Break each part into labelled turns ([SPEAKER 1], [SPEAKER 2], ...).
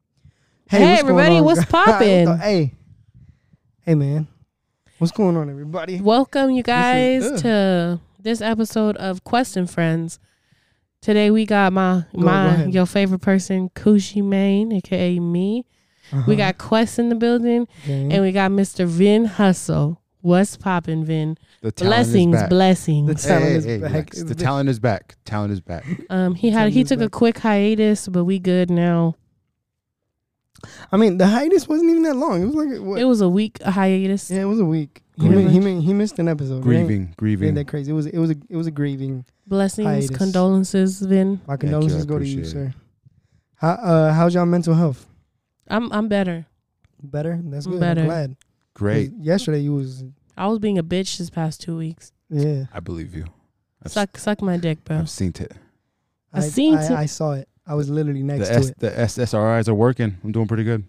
[SPEAKER 1] Hey,
[SPEAKER 2] Hey,
[SPEAKER 1] what's
[SPEAKER 2] everybody,
[SPEAKER 1] going on?
[SPEAKER 2] what's poppin'?
[SPEAKER 1] What the- hey, hey, man, what's going on, everybody?
[SPEAKER 2] Welcome, you guys,
[SPEAKER 1] ugh.
[SPEAKER 2] to this episode of Quest and Friends. Today we got my
[SPEAKER 1] go
[SPEAKER 2] my
[SPEAKER 1] ahead.
[SPEAKER 2] your favorite person, Kushi Main, aka me.
[SPEAKER 1] Uh-huh.
[SPEAKER 2] We got Quest in the building,
[SPEAKER 1] Mm-hmm.
[SPEAKER 2] and we got Mr. Vin Hustle. What's poppin', Vin?
[SPEAKER 3] The talent
[SPEAKER 2] Blessings,
[SPEAKER 3] is back.
[SPEAKER 1] the
[SPEAKER 2] blessings.
[SPEAKER 1] talent
[SPEAKER 3] Hey, hey,
[SPEAKER 1] is
[SPEAKER 3] hey,
[SPEAKER 1] back.
[SPEAKER 3] relax. The talent is back. Talent is back.
[SPEAKER 2] Um, he had
[SPEAKER 1] talent
[SPEAKER 2] he
[SPEAKER 1] is
[SPEAKER 2] took a
[SPEAKER 1] back.
[SPEAKER 2] quick hiatus, but we good now.
[SPEAKER 1] I mean, the hiatus wasn't even that long. It was like what?
[SPEAKER 2] It was a week hiatus.
[SPEAKER 1] yeah, it was a week. He,
[SPEAKER 2] Yeah.
[SPEAKER 1] mi- he, mi- he missed an episode. It ain't-
[SPEAKER 3] grieving,
[SPEAKER 1] it ain't
[SPEAKER 3] grieving.
[SPEAKER 1] that crazy. It was it was a, it was a grieving.
[SPEAKER 2] Blessings,
[SPEAKER 1] Hiatus.
[SPEAKER 2] condolences, Vin.
[SPEAKER 1] My
[SPEAKER 3] you, I
[SPEAKER 1] condolences go to you,
[SPEAKER 3] appreciate it.
[SPEAKER 1] sir. How uh how's y'all mental health?
[SPEAKER 2] I'm I'm better.
[SPEAKER 1] Better. That's
[SPEAKER 2] I'm
[SPEAKER 1] good.
[SPEAKER 2] better.
[SPEAKER 1] I'm glad.
[SPEAKER 3] Great.
[SPEAKER 1] 'Cause Yesterday you was
[SPEAKER 2] I was being a bitch this past two weeks.
[SPEAKER 1] yeah.
[SPEAKER 3] I believe you. I've, s-
[SPEAKER 2] Suck suck my dick, bro.
[SPEAKER 3] I've seen it.
[SPEAKER 2] I seen
[SPEAKER 1] I,
[SPEAKER 2] to-
[SPEAKER 1] I saw it. I was literally
[SPEAKER 3] The,
[SPEAKER 1] next to
[SPEAKER 3] S,
[SPEAKER 1] it.
[SPEAKER 3] the SSRIs are working. I'm doing pretty good.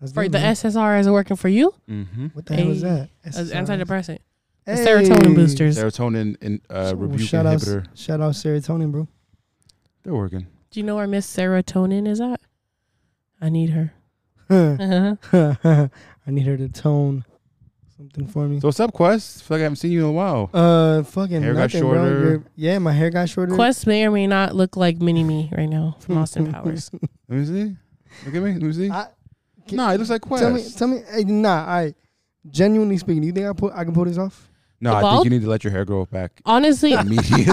[SPEAKER 1] That's
[SPEAKER 2] For
[SPEAKER 1] good,
[SPEAKER 2] the
[SPEAKER 1] man.
[SPEAKER 2] SSRIs are working for you?
[SPEAKER 3] Mm-hmm.
[SPEAKER 1] What the hell is
[SPEAKER 2] Hey,
[SPEAKER 1] that?
[SPEAKER 2] As
[SPEAKER 1] SSRIs.
[SPEAKER 2] antidepressant. The
[SPEAKER 1] Hey.
[SPEAKER 2] serotonin boosters.
[SPEAKER 3] Serotonin and uh,
[SPEAKER 1] Ooh,
[SPEAKER 3] rebuke
[SPEAKER 1] shout out,
[SPEAKER 3] inhibitor.
[SPEAKER 1] shout out serotonin, bro.
[SPEAKER 3] They're working.
[SPEAKER 2] Do you know where Miss Serotonin is at? I need her.
[SPEAKER 1] Huh.
[SPEAKER 2] Uh-huh.
[SPEAKER 1] I need her to tone something for me.
[SPEAKER 3] So what's up, Quest? feel like I haven't seen you in a while.
[SPEAKER 1] Uh, fucking
[SPEAKER 3] Hair got
[SPEAKER 1] nothing,
[SPEAKER 3] shorter.
[SPEAKER 1] bro. You're- yeah, my hair got shorter.
[SPEAKER 2] Quest may or may not look like Mini Me right now from Austin Powers.
[SPEAKER 3] Let me see. Look at me. Let me see.
[SPEAKER 1] I, can-
[SPEAKER 3] Nah, it looks like Quest.
[SPEAKER 1] Tell me, tell me, hey, nah. I genuinely speaking, do you think I put I can pull this off?
[SPEAKER 3] no,
[SPEAKER 2] The
[SPEAKER 3] I
[SPEAKER 2] bald?
[SPEAKER 3] think you need to let your hair grow back
[SPEAKER 2] Honestly,
[SPEAKER 3] immediately.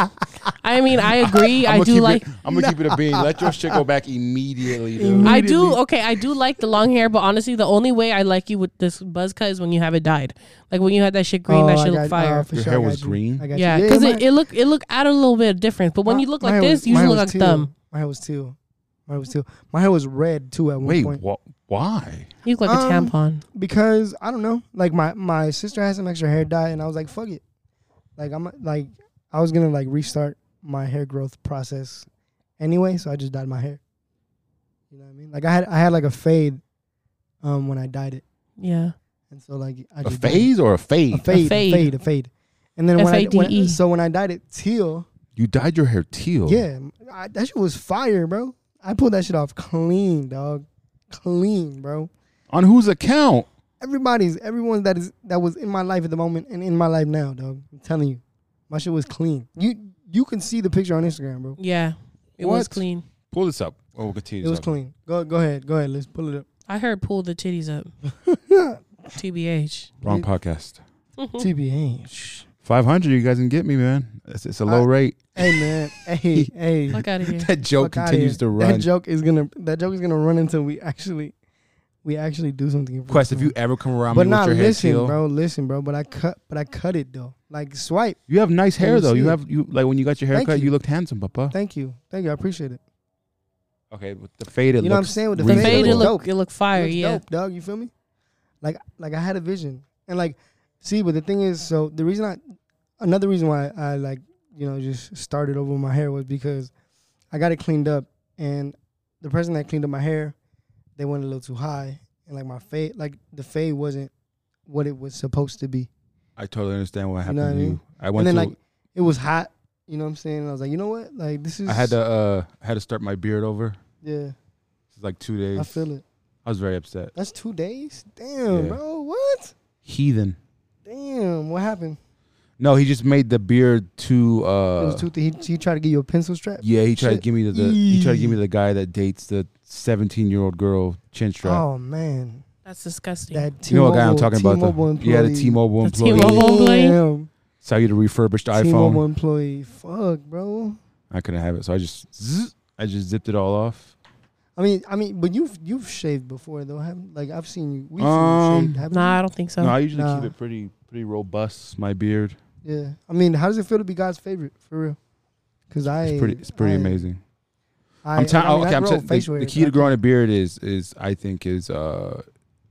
[SPEAKER 2] I mean, I agree. I
[SPEAKER 3] I'ma
[SPEAKER 2] do
[SPEAKER 3] keep
[SPEAKER 2] like.
[SPEAKER 3] It, I'm gonna keep it a bean. Let your shit go back immediately, dude.
[SPEAKER 1] Immediately.
[SPEAKER 2] I do okay. I do like the long hair, but honestly, the only way I like you with this buzz cut is when you have it dyed. Like when you had that shit green,
[SPEAKER 1] Oh,
[SPEAKER 2] that
[SPEAKER 1] I
[SPEAKER 2] shit
[SPEAKER 1] got-
[SPEAKER 2] looked fire.
[SPEAKER 1] oh, for
[SPEAKER 3] Your
[SPEAKER 1] sure,
[SPEAKER 3] hair
[SPEAKER 1] I got
[SPEAKER 3] was
[SPEAKER 1] you.
[SPEAKER 3] green?
[SPEAKER 1] I got
[SPEAKER 2] yeah,
[SPEAKER 1] you.
[SPEAKER 2] because
[SPEAKER 1] my-
[SPEAKER 2] it, it look it look add a little bit of difference. But when
[SPEAKER 1] my-
[SPEAKER 2] you look
[SPEAKER 1] my
[SPEAKER 2] like
[SPEAKER 1] hair
[SPEAKER 2] this,
[SPEAKER 1] was-
[SPEAKER 2] you
[SPEAKER 1] my
[SPEAKER 2] usually
[SPEAKER 1] hair
[SPEAKER 2] look
[SPEAKER 1] was
[SPEAKER 2] like
[SPEAKER 1] teal.
[SPEAKER 2] thumb.
[SPEAKER 1] My hair was teal. My hair was teal. My hair was red too at one
[SPEAKER 3] Wait,
[SPEAKER 1] point
[SPEAKER 3] wha- why?
[SPEAKER 2] You look like a
[SPEAKER 1] Um,
[SPEAKER 2] tampon.
[SPEAKER 1] because I don't know. Like my my sister had some extra hair dye, and I was like, fuck it. Like I'm like I was gonna like restart my hair growth process anyway, so I just dyed my hair. You know what I mean? Like I had I had like a fade um when I dyed it,
[SPEAKER 2] Yeah.
[SPEAKER 1] and so like I
[SPEAKER 3] A
[SPEAKER 1] just dyed it.
[SPEAKER 3] phase or a
[SPEAKER 1] a
[SPEAKER 3] fade?
[SPEAKER 1] fade, a
[SPEAKER 2] fade.
[SPEAKER 1] fade, a fade, And then when I, when I
[SPEAKER 2] F.A.D.E..
[SPEAKER 1] so when I dyed it teal,
[SPEAKER 3] You dyed your hair teal.
[SPEAKER 1] yeah, I, that shit was fire, bro. I pulled that shit off clean, dog, clean, bro.
[SPEAKER 3] On whose account?
[SPEAKER 1] everybody's everyone that is that was in my life at the moment and in my life now, dog. I'm telling you, my shit was clean. You you can see the picture on Instagram, bro.
[SPEAKER 2] Yeah. It was
[SPEAKER 3] What?
[SPEAKER 2] clean.
[SPEAKER 3] Pull this up. Oh, we'll continue.
[SPEAKER 1] It
[SPEAKER 3] this
[SPEAKER 1] was
[SPEAKER 3] up.
[SPEAKER 1] clean. Go go ahead, go ahead. Let's pull it up.
[SPEAKER 2] I heard pull the titties up. TBH.
[SPEAKER 3] Wrong podcast.
[SPEAKER 1] TBH.
[SPEAKER 3] Five hundred. You guys can get me, man. It's, it's a low
[SPEAKER 1] I-
[SPEAKER 3] rate.
[SPEAKER 1] Hey man, hey hey.
[SPEAKER 2] Fuck out of here.
[SPEAKER 3] That joke
[SPEAKER 1] Fuck outta
[SPEAKER 3] continues
[SPEAKER 1] here.
[SPEAKER 3] to run.
[SPEAKER 1] That joke is gonna that joke is gonna run until we actually we actually do something. for
[SPEAKER 3] Quest,
[SPEAKER 1] this
[SPEAKER 3] if you ever come around
[SPEAKER 1] but
[SPEAKER 3] me
[SPEAKER 1] not
[SPEAKER 3] with your
[SPEAKER 1] listen,
[SPEAKER 3] hair teal,
[SPEAKER 1] bro. Listen, bro. But I cut, but I cut it though. Like swipe.
[SPEAKER 3] you have nice
[SPEAKER 1] Let
[SPEAKER 3] hair
[SPEAKER 1] me
[SPEAKER 3] though.
[SPEAKER 1] see
[SPEAKER 3] You
[SPEAKER 1] it.
[SPEAKER 3] have you like when you got your hair
[SPEAKER 1] Thank
[SPEAKER 3] cut, you.
[SPEAKER 1] you.
[SPEAKER 3] looked handsome, Papa.
[SPEAKER 1] Thank you, thank you. I appreciate it.
[SPEAKER 3] Okay, with the fade, it
[SPEAKER 1] You know what I'm
[SPEAKER 3] looks
[SPEAKER 1] saying? With the
[SPEAKER 2] The
[SPEAKER 1] fade,
[SPEAKER 3] reasonable.
[SPEAKER 2] fade, it
[SPEAKER 1] looks
[SPEAKER 2] look,
[SPEAKER 1] dope.
[SPEAKER 2] it look fire,
[SPEAKER 1] Looks
[SPEAKER 2] Oh, yeah.
[SPEAKER 1] dope, dog. You feel me? Like, like I had a vision, and like, see, but the thing is, so the reason I, another reason why I like, you know, just started over with my hair was because I got it cleaned up, and the person that cleaned up my hair, they went a little too high, and like my fade, like the fade wasn't what it was supposed to be.
[SPEAKER 3] I totally understand what happened
[SPEAKER 1] know what I
[SPEAKER 3] to
[SPEAKER 1] mean?
[SPEAKER 3] you. I went
[SPEAKER 1] and then
[SPEAKER 3] to.
[SPEAKER 1] like it was hot, you know what I'm saying? And I was like, you know what? Like this is.
[SPEAKER 3] I had to. Uh, I had to start my beard over.
[SPEAKER 1] Yeah,
[SPEAKER 3] It's like two days.
[SPEAKER 1] I feel it.
[SPEAKER 3] I was very upset.
[SPEAKER 1] That's two days. Damn,
[SPEAKER 3] Yeah.
[SPEAKER 1] bro. What?
[SPEAKER 3] Heathen.
[SPEAKER 1] Damn. What happened?
[SPEAKER 3] No, he just made the beard too. Uh,
[SPEAKER 1] it was too. Th- he, he tried to give you a pencil strap.
[SPEAKER 3] Yeah, he tried to
[SPEAKER 1] Shit.
[SPEAKER 3] give me the, the he tried to give me the guy that dates the seventeen year old girl chin strap.
[SPEAKER 1] Oh man,
[SPEAKER 2] That's disgusting.
[SPEAKER 1] that T-Mobile,
[SPEAKER 3] you know what guy I'm talking about? though.
[SPEAKER 1] T-Mobile Oh, employee.
[SPEAKER 3] Yeah, the T-Mobile
[SPEAKER 2] The
[SPEAKER 3] employee.
[SPEAKER 2] T-Mobile. employee.
[SPEAKER 1] Damn.
[SPEAKER 3] Saw you the refurbished
[SPEAKER 1] T-Mobile
[SPEAKER 3] iPhone.
[SPEAKER 1] employee. Fuck, bro.
[SPEAKER 3] I couldn't have it, so I just zzz, I just zipped it all off.
[SPEAKER 1] I mean, I mean, but you've you've shaved before though. Haven't, like I've seen you. We've seen
[SPEAKER 3] Um,
[SPEAKER 1] you shaved. Haven't
[SPEAKER 2] nah, I don't think so.
[SPEAKER 3] no, I usually
[SPEAKER 1] nah.
[SPEAKER 3] keep it pretty pretty robust. My beard,
[SPEAKER 1] we? Yeah. I mean, how does it feel to be God's favorite for real? Because I.
[SPEAKER 3] it's pretty it's pretty
[SPEAKER 1] I-
[SPEAKER 3] amazing.
[SPEAKER 1] I,
[SPEAKER 3] I, am telling.
[SPEAKER 1] I mean, I
[SPEAKER 3] okay, I'm
[SPEAKER 1] grow
[SPEAKER 3] saying the,
[SPEAKER 1] facial
[SPEAKER 3] the
[SPEAKER 1] hair,
[SPEAKER 3] key
[SPEAKER 1] but
[SPEAKER 3] to
[SPEAKER 1] I
[SPEAKER 3] growing a beard is is I think is uh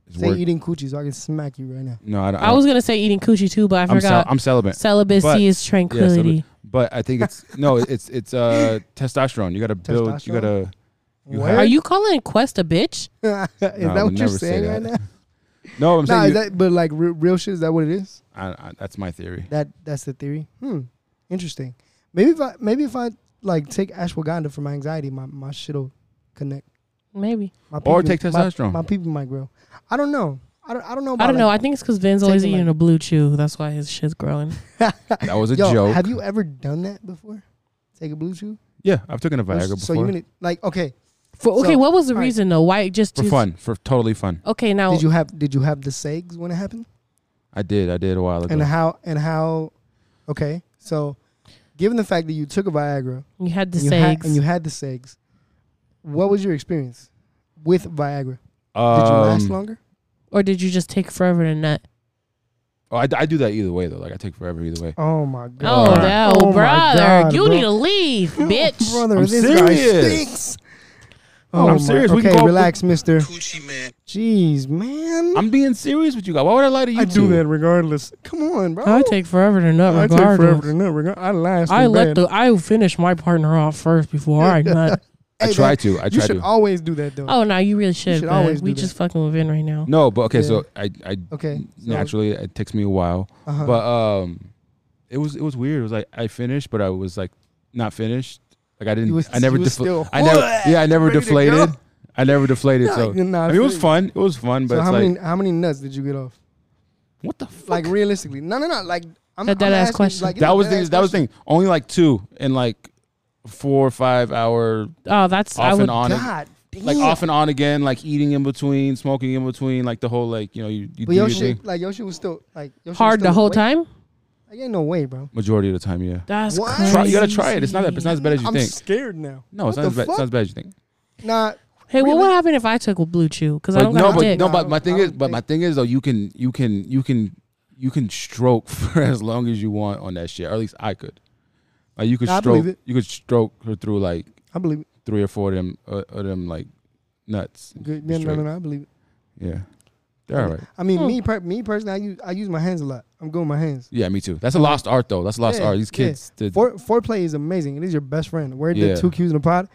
[SPEAKER 3] is
[SPEAKER 1] can't Say
[SPEAKER 3] work.
[SPEAKER 1] eating coochie, so I can smack you right now.
[SPEAKER 3] No, I don't.
[SPEAKER 2] I was going to say eating coochie too, but I
[SPEAKER 3] I'm, cel-
[SPEAKER 2] forgot.
[SPEAKER 3] I'm celibate,
[SPEAKER 2] Celibacy
[SPEAKER 3] but-
[SPEAKER 2] is tranquility.
[SPEAKER 3] but I think it's no, it's it's uh testosterone. You got to build. You
[SPEAKER 1] Testosterone?
[SPEAKER 3] got to. You
[SPEAKER 1] What?
[SPEAKER 3] have-
[SPEAKER 2] Are you calling Quest a bitch?
[SPEAKER 1] is
[SPEAKER 3] I
[SPEAKER 1] that what
[SPEAKER 3] would
[SPEAKER 1] you're
[SPEAKER 3] never say
[SPEAKER 1] saying right
[SPEAKER 3] that.
[SPEAKER 1] now?
[SPEAKER 3] No, I'm saying
[SPEAKER 1] Nah,
[SPEAKER 3] you-
[SPEAKER 1] is that, but like re- real shit, is that what it is?
[SPEAKER 3] I, I, that's my theory.
[SPEAKER 1] That that's the theory. Hmm. Interesting. Maybe if I maybe if I like take ashwagandha for my anxiety, my my shit'll connect.
[SPEAKER 2] Maybe.
[SPEAKER 1] My
[SPEAKER 3] Or
[SPEAKER 1] people-
[SPEAKER 3] take testosterone.
[SPEAKER 1] My, my people might grow. I don't know. I don't. I don't know. About
[SPEAKER 2] I don't know.
[SPEAKER 1] like-
[SPEAKER 2] I think it's because Vin's always
[SPEAKER 1] Taking my-
[SPEAKER 2] eating a blue chew. That's why his shit's growing.
[SPEAKER 3] That was a
[SPEAKER 1] Yo,
[SPEAKER 3] joke.
[SPEAKER 1] have you ever done that before? Take a blue chew.
[SPEAKER 3] yeah, I've taken a Viagra before
[SPEAKER 1] So you mean it, like okay?
[SPEAKER 2] For okay,
[SPEAKER 1] So,
[SPEAKER 2] what was the
[SPEAKER 1] all right.
[SPEAKER 2] reason though? Why it just
[SPEAKER 3] for
[SPEAKER 2] to-
[SPEAKER 3] fun, for totally fun.
[SPEAKER 2] Okay, now
[SPEAKER 1] Did you have did you have the segs when it happened?
[SPEAKER 3] I did. I did a while ago.
[SPEAKER 1] And how and how? Okay, so given the fact that you took a Viagra
[SPEAKER 2] you had the
[SPEAKER 1] and, you had,
[SPEAKER 2] segs.
[SPEAKER 1] and you had the segs, what was your experience with Viagra? Did
[SPEAKER 3] um,
[SPEAKER 1] you last longer?
[SPEAKER 2] or did you just take forever to nut?
[SPEAKER 3] Oh, I, I do that either way though. Like I take forever either way.
[SPEAKER 1] Oh my
[SPEAKER 2] Oh,
[SPEAKER 1] god!
[SPEAKER 2] no,
[SPEAKER 1] my
[SPEAKER 2] brother.
[SPEAKER 1] God,
[SPEAKER 2] you
[SPEAKER 1] bro.
[SPEAKER 2] need to leave, bitch.
[SPEAKER 1] brother.
[SPEAKER 3] I'm
[SPEAKER 1] this guy
[SPEAKER 3] serious.
[SPEAKER 1] stinks. Oh,
[SPEAKER 3] I'm serious. We
[SPEAKER 1] Okay,
[SPEAKER 3] can go up
[SPEAKER 1] relax, Mister. Jeez, man.
[SPEAKER 3] I'm being serious with you guys. Why would I lie to you?
[SPEAKER 1] I do
[SPEAKER 3] two?
[SPEAKER 1] that regardless. Come on, bro.
[SPEAKER 2] I take forever to nut
[SPEAKER 1] I take
[SPEAKER 2] regardless.
[SPEAKER 1] forever to nut. Regard- I last.
[SPEAKER 2] I
[SPEAKER 1] in
[SPEAKER 2] let
[SPEAKER 1] bed.
[SPEAKER 2] the I finish my partner off first before I nut.
[SPEAKER 3] I
[SPEAKER 1] Hey,
[SPEAKER 3] try
[SPEAKER 1] that-
[SPEAKER 3] to. I
[SPEAKER 1] You
[SPEAKER 3] try
[SPEAKER 1] should
[SPEAKER 3] to.
[SPEAKER 1] always do that though.
[SPEAKER 2] Oh no, you really should.
[SPEAKER 1] should
[SPEAKER 2] bud.
[SPEAKER 1] always
[SPEAKER 2] we
[SPEAKER 1] do
[SPEAKER 2] just fucking with Vin right now.
[SPEAKER 3] no, but okay.
[SPEAKER 1] Yeah.
[SPEAKER 3] So I, I
[SPEAKER 1] Okay. so-
[SPEAKER 3] naturally it takes me a while,
[SPEAKER 1] uh-huh.
[SPEAKER 3] but um, it was it was weird. It was like I finished, but I was like not finished. Like I didn't.
[SPEAKER 1] You was-
[SPEAKER 3] I never.
[SPEAKER 1] you was
[SPEAKER 3] Defla-
[SPEAKER 1] still-
[SPEAKER 3] I never. Yeah, I never
[SPEAKER 1] Ready to
[SPEAKER 3] deflated.
[SPEAKER 1] go.
[SPEAKER 3] I never deflated.
[SPEAKER 1] Nah, nah, I
[SPEAKER 3] so I mean, it
[SPEAKER 1] feel
[SPEAKER 3] was
[SPEAKER 1] you.
[SPEAKER 3] fun. It was fun, but
[SPEAKER 1] so
[SPEAKER 3] it's
[SPEAKER 1] how
[SPEAKER 3] like
[SPEAKER 1] many how many nuts did you get off?
[SPEAKER 3] what the fuck?
[SPEAKER 1] Like realistically, no, no, no. Like I'm,
[SPEAKER 2] That
[SPEAKER 1] I'm
[SPEAKER 2] dead-ass
[SPEAKER 1] asking,
[SPEAKER 2] question.
[SPEAKER 1] Like, it's
[SPEAKER 3] that
[SPEAKER 1] a
[SPEAKER 3] was the,
[SPEAKER 1] dead-ass
[SPEAKER 3] that was the
[SPEAKER 1] question.
[SPEAKER 3] thing. Only like two in like four or five hour
[SPEAKER 2] Oh, that's I
[SPEAKER 3] Mm-hmm. off
[SPEAKER 2] would
[SPEAKER 3] and on,
[SPEAKER 1] God, damn.
[SPEAKER 3] like off and on again, like eating in between, smoking in between, like the whole like you know you, you do
[SPEAKER 1] But your
[SPEAKER 3] your
[SPEAKER 1] shit,
[SPEAKER 3] thing.
[SPEAKER 1] like your shit was still like your shit
[SPEAKER 2] hard
[SPEAKER 1] was still
[SPEAKER 2] the whole
[SPEAKER 1] awake.
[SPEAKER 2] time.
[SPEAKER 1] Like ain't no way, bro.
[SPEAKER 3] Majority of the time, yeah.
[SPEAKER 2] That's
[SPEAKER 1] What?
[SPEAKER 2] crazy.
[SPEAKER 3] Try, you gotta try it. It's not that. It's not as bad as you
[SPEAKER 1] I'm
[SPEAKER 3] think.
[SPEAKER 1] scared now.
[SPEAKER 3] No, it's
[SPEAKER 1] What
[SPEAKER 3] not as,
[SPEAKER 1] the
[SPEAKER 3] bad, it's
[SPEAKER 1] fuck?
[SPEAKER 3] not as bad as you think.
[SPEAKER 1] Nah,
[SPEAKER 2] Hey, what would
[SPEAKER 1] Really?
[SPEAKER 2] happen if I took a blue chew? Because I
[SPEAKER 3] But
[SPEAKER 2] don't
[SPEAKER 3] no,
[SPEAKER 2] got a
[SPEAKER 3] but
[SPEAKER 2] dick.
[SPEAKER 3] no, but
[SPEAKER 1] I
[SPEAKER 3] my
[SPEAKER 1] don't-
[SPEAKER 3] thing
[SPEAKER 1] I
[SPEAKER 3] is,
[SPEAKER 1] don't
[SPEAKER 3] but my
[SPEAKER 1] think-
[SPEAKER 3] thing is though, you can you can you can you can stroke for as long as you want on that shit. Or at least I could. Like you could
[SPEAKER 1] I believe
[SPEAKER 3] stroke,
[SPEAKER 1] it.
[SPEAKER 3] you could stroke her through like
[SPEAKER 1] I believe it.
[SPEAKER 3] three or four of them, uh, of them like nuts.
[SPEAKER 1] Good. Yeah, no,
[SPEAKER 3] straight.
[SPEAKER 1] no, no. I believe it.
[SPEAKER 3] Yeah, they're all right.
[SPEAKER 1] I mean,
[SPEAKER 2] Hmm.
[SPEAKER 1] me, per- me personally, I use I use my hands a lot. I'm good with my hands.
[SPEAKER 3] Yeah, me too. That's a lost art though. That's a lost
[SPEAKER 1] Yeah,
[SPEAKER 3] art. These
[SPEAKER 1] yeah.
[SPEAKER 3] kids, did-
[SPEAKER 1] Fore, foreplay is amazing. It is your best friend. Where
[SPEAKER 3] Yeah.
[SPEAKER 1] the two Qs in a pod,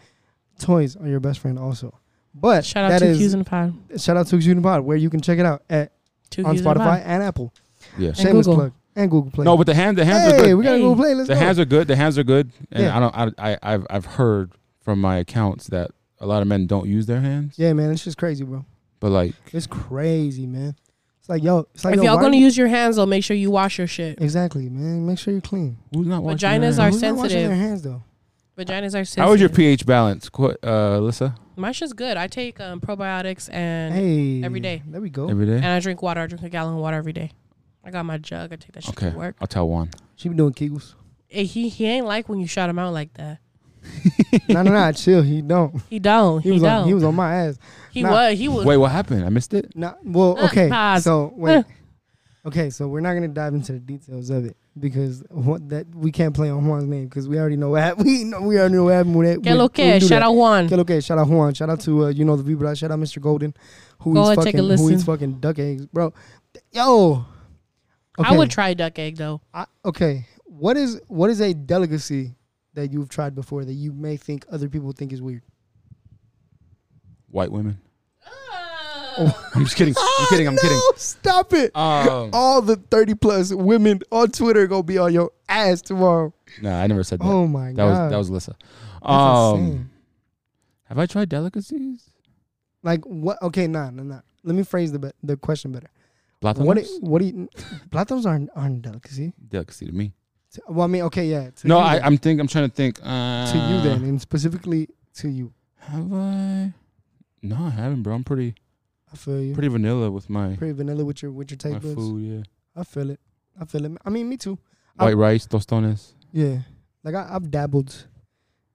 [SPEAKER 1] toys are your best friend also. But
[SPEAKER 2] Shout out
[SPEAKER 1] that
[SPEAKER 2] two
[SPEAKER 1] is-
[SPEAKER 2] Q's in the pod.
[SPEAKER 1] shout out to Qs in a pod, where you can check it out at
[SPEAKER 2] Two
[SPEAKER 1] on
[SPEAKER 2] Q's in the
[SPEAKER 1] Spotify
[SPEAKER 2] pod.
[SPEAKER 1] and Apple.
[SPEAKER 3] yeah.
[SPEAKER 2] And
[SPEAKER 1] Shameless
[SPEAKER 2] Google.
[SPEAKER 1] plug and Google Play.
[SPEAKER 3] No, but the hands, the hands are
[SPEAKER 1] hey,
[SPEAKER 3] good.
[SPEAKER 1] we gotta
[SPEAKER 2] Hey.
[SPEAKER 1] go play. Let's
[SPEAKER 3] The
[SPEAKER 1] go.
[SPEAKER 3] hands are good. The hands are good. And
[SPEAKER 1] Yeah.
[SPEAKER 3] I don't. I, I I've I've heard from my accounts that a lot of men don't use their hands.
[SPEAKER 1] yeah, man, it's just crazy, bro.
[SPEAKER 3] But like,
[SPEAKER 1] It's crazy, man. It's like yo, it's like
[SPEAKER 2] If
[SPEAKER 1] yo,
[SPEAKER 2] y'all
[SPEAKER 1] why-
[SPEAKER 2] gonna use your hands, though, make sure you wash your shit.
[SPEAKER 1] exactly, man. Make sure you're clean.
[SPEAKER 3] who's not washing their
[SPEAKER 2] Vaginas
[SPEAKER 3] hands?
[SPEAKER 2] are
[SPEAKER 1] Who's not washing
[SPEAKER 2] sensitive.
[SPEAKER 1] their hands though.
[SPEAKER 2] Vaginas are sensitive.
[SPEAKER 3] How is your pH balance, Qu- uh, Alyssa?
[SPEAKER 2] My shit's good. I take um, probiotics and
[SPEAKER 1] Hey,
[SPEAKER 2] every day.
[SPEAKER 1] There we go.
[SPEAKER 3] Every
[SPEAKER 2] and
[SPEAKER 3] day.
[SPEAKER 2] I drink water. I drink a gallon of water every day. I got my jug. I take that shit
[SPEAKER 3] Okay,
[SPEAKER 2] to work.
[SPEAKER 3] I'll tell Juan.
[SPEAKER 1] She be doing kegels.
[SPEAKER 2] Hey, he he ain't like when you shout him out like that.
[SPEAKER 1] no, no, no. Chill. He don't.
[SPEAKER 2] He don't.
[SPEAKER 1] He
[SPEAKER 2] He,
[SPEAKER 1] was
[SPEAKER 2] don't.
[SPEAKER 1] on. He was on my ass.
[SPEAKER 2] He
[SPEAKER 1] nah.
[SPEAKER 2] was. He was.
[SPEAKER 3] Wait, what happened? I missed it.
[SPEAKER 1] Nah, well,
[SPEAKER 2] Uh,
[SPEAKER 1] okay.
[SPEAKER 2] pause.
[SPEAKER 1] So wait. okay, so we're not gonna dive into the details of it because what that we can't play on Juan's name because we already know what happened. We know we already know what happened with that.
[SPEAKER 2] Que lo que? Shout out Juan.
[SPEAKER 1] Kill okay, shout out Juan. Shout out to uh, you know the people. Shout out Mr. Golden, who
[SPEAKER 2] Go
[SPEAKER 1] eats
[SPEAKER 2] and
[SPEAKER 1] fucking
[SPEAKER 2] take a
[SPEAKER 1] who eats
[SPEAKER 2] listen.
[SPEAKER 1] fucking duck eggs, bro. Yo,
[SPEAKER 2] I would try duck egg though.
[SPEAKER 1] I- okay, what is what is a delicacy that you've tried before that you may think other people think is weird?
[SPEAKER 3] White women.
[SPEAKER 2] Oh.
[SPEAKER 1] Oh.
[SPEAKER 3] I'm just kidding. I'm kidding. I'm kidding.
[SPEAKER 1] Ah, Stop it.
[SPEAKER 3] Um,
[SPEAKER 1] all the 30 plus women on Twitter gonna be on your ass tomorrow.
[SPEAKER 3] no, I never said that.
[SPEAKER 1] Oh my
[SPEAKER 3] that was
[SPEAKER 1] god.
[SPEAKER 3] that was Alyssa.
[SPEAKER 1] That's
[SPEAKER 3] Um,
[SPEAKER 1] insane.
[SPEAKER 3] have I tried delicacies?
[SPEAKER 1] like what okay, nah, nah, nah. Let me phrase the be- the question better.
[SPEAKER 3] Platanos?
[SPEAKER 1] What do, what do you platanos aren't aren't delicacy.
[SPEAKER 3] delicacy to me?
[SPEAKER 1] To- Well, I mean, okay, yeah. To
[SPEAKER 3] no,
[SPEAKER 1] you
[SPEAKER 3] I,
[SPEAKER 1] then.
[SPEAKER 3] I'm think I'm trying to think. Uh,
[SPEAKER 1] to you then, and specifically to you.
[SPEAKER 3] Have I? No, I haven't, bro. I'm pretty
[SPEAKER 1] I feel you. Pretty,
[SPEAKER 3] pretty vanilla with my
[SPEAKER 1] vanilla with your with your
[SPEAKER 3] my
[SPEAKER 1] taste buds.
[SPEAKER 3] food. Yeah,
[SPEAKER 1] I feel it. I feel it. I mean, me too. I-
[SPEAKER 3] white rice tostones.
[SPEAKER 1] Yeah, like I, I've dabbled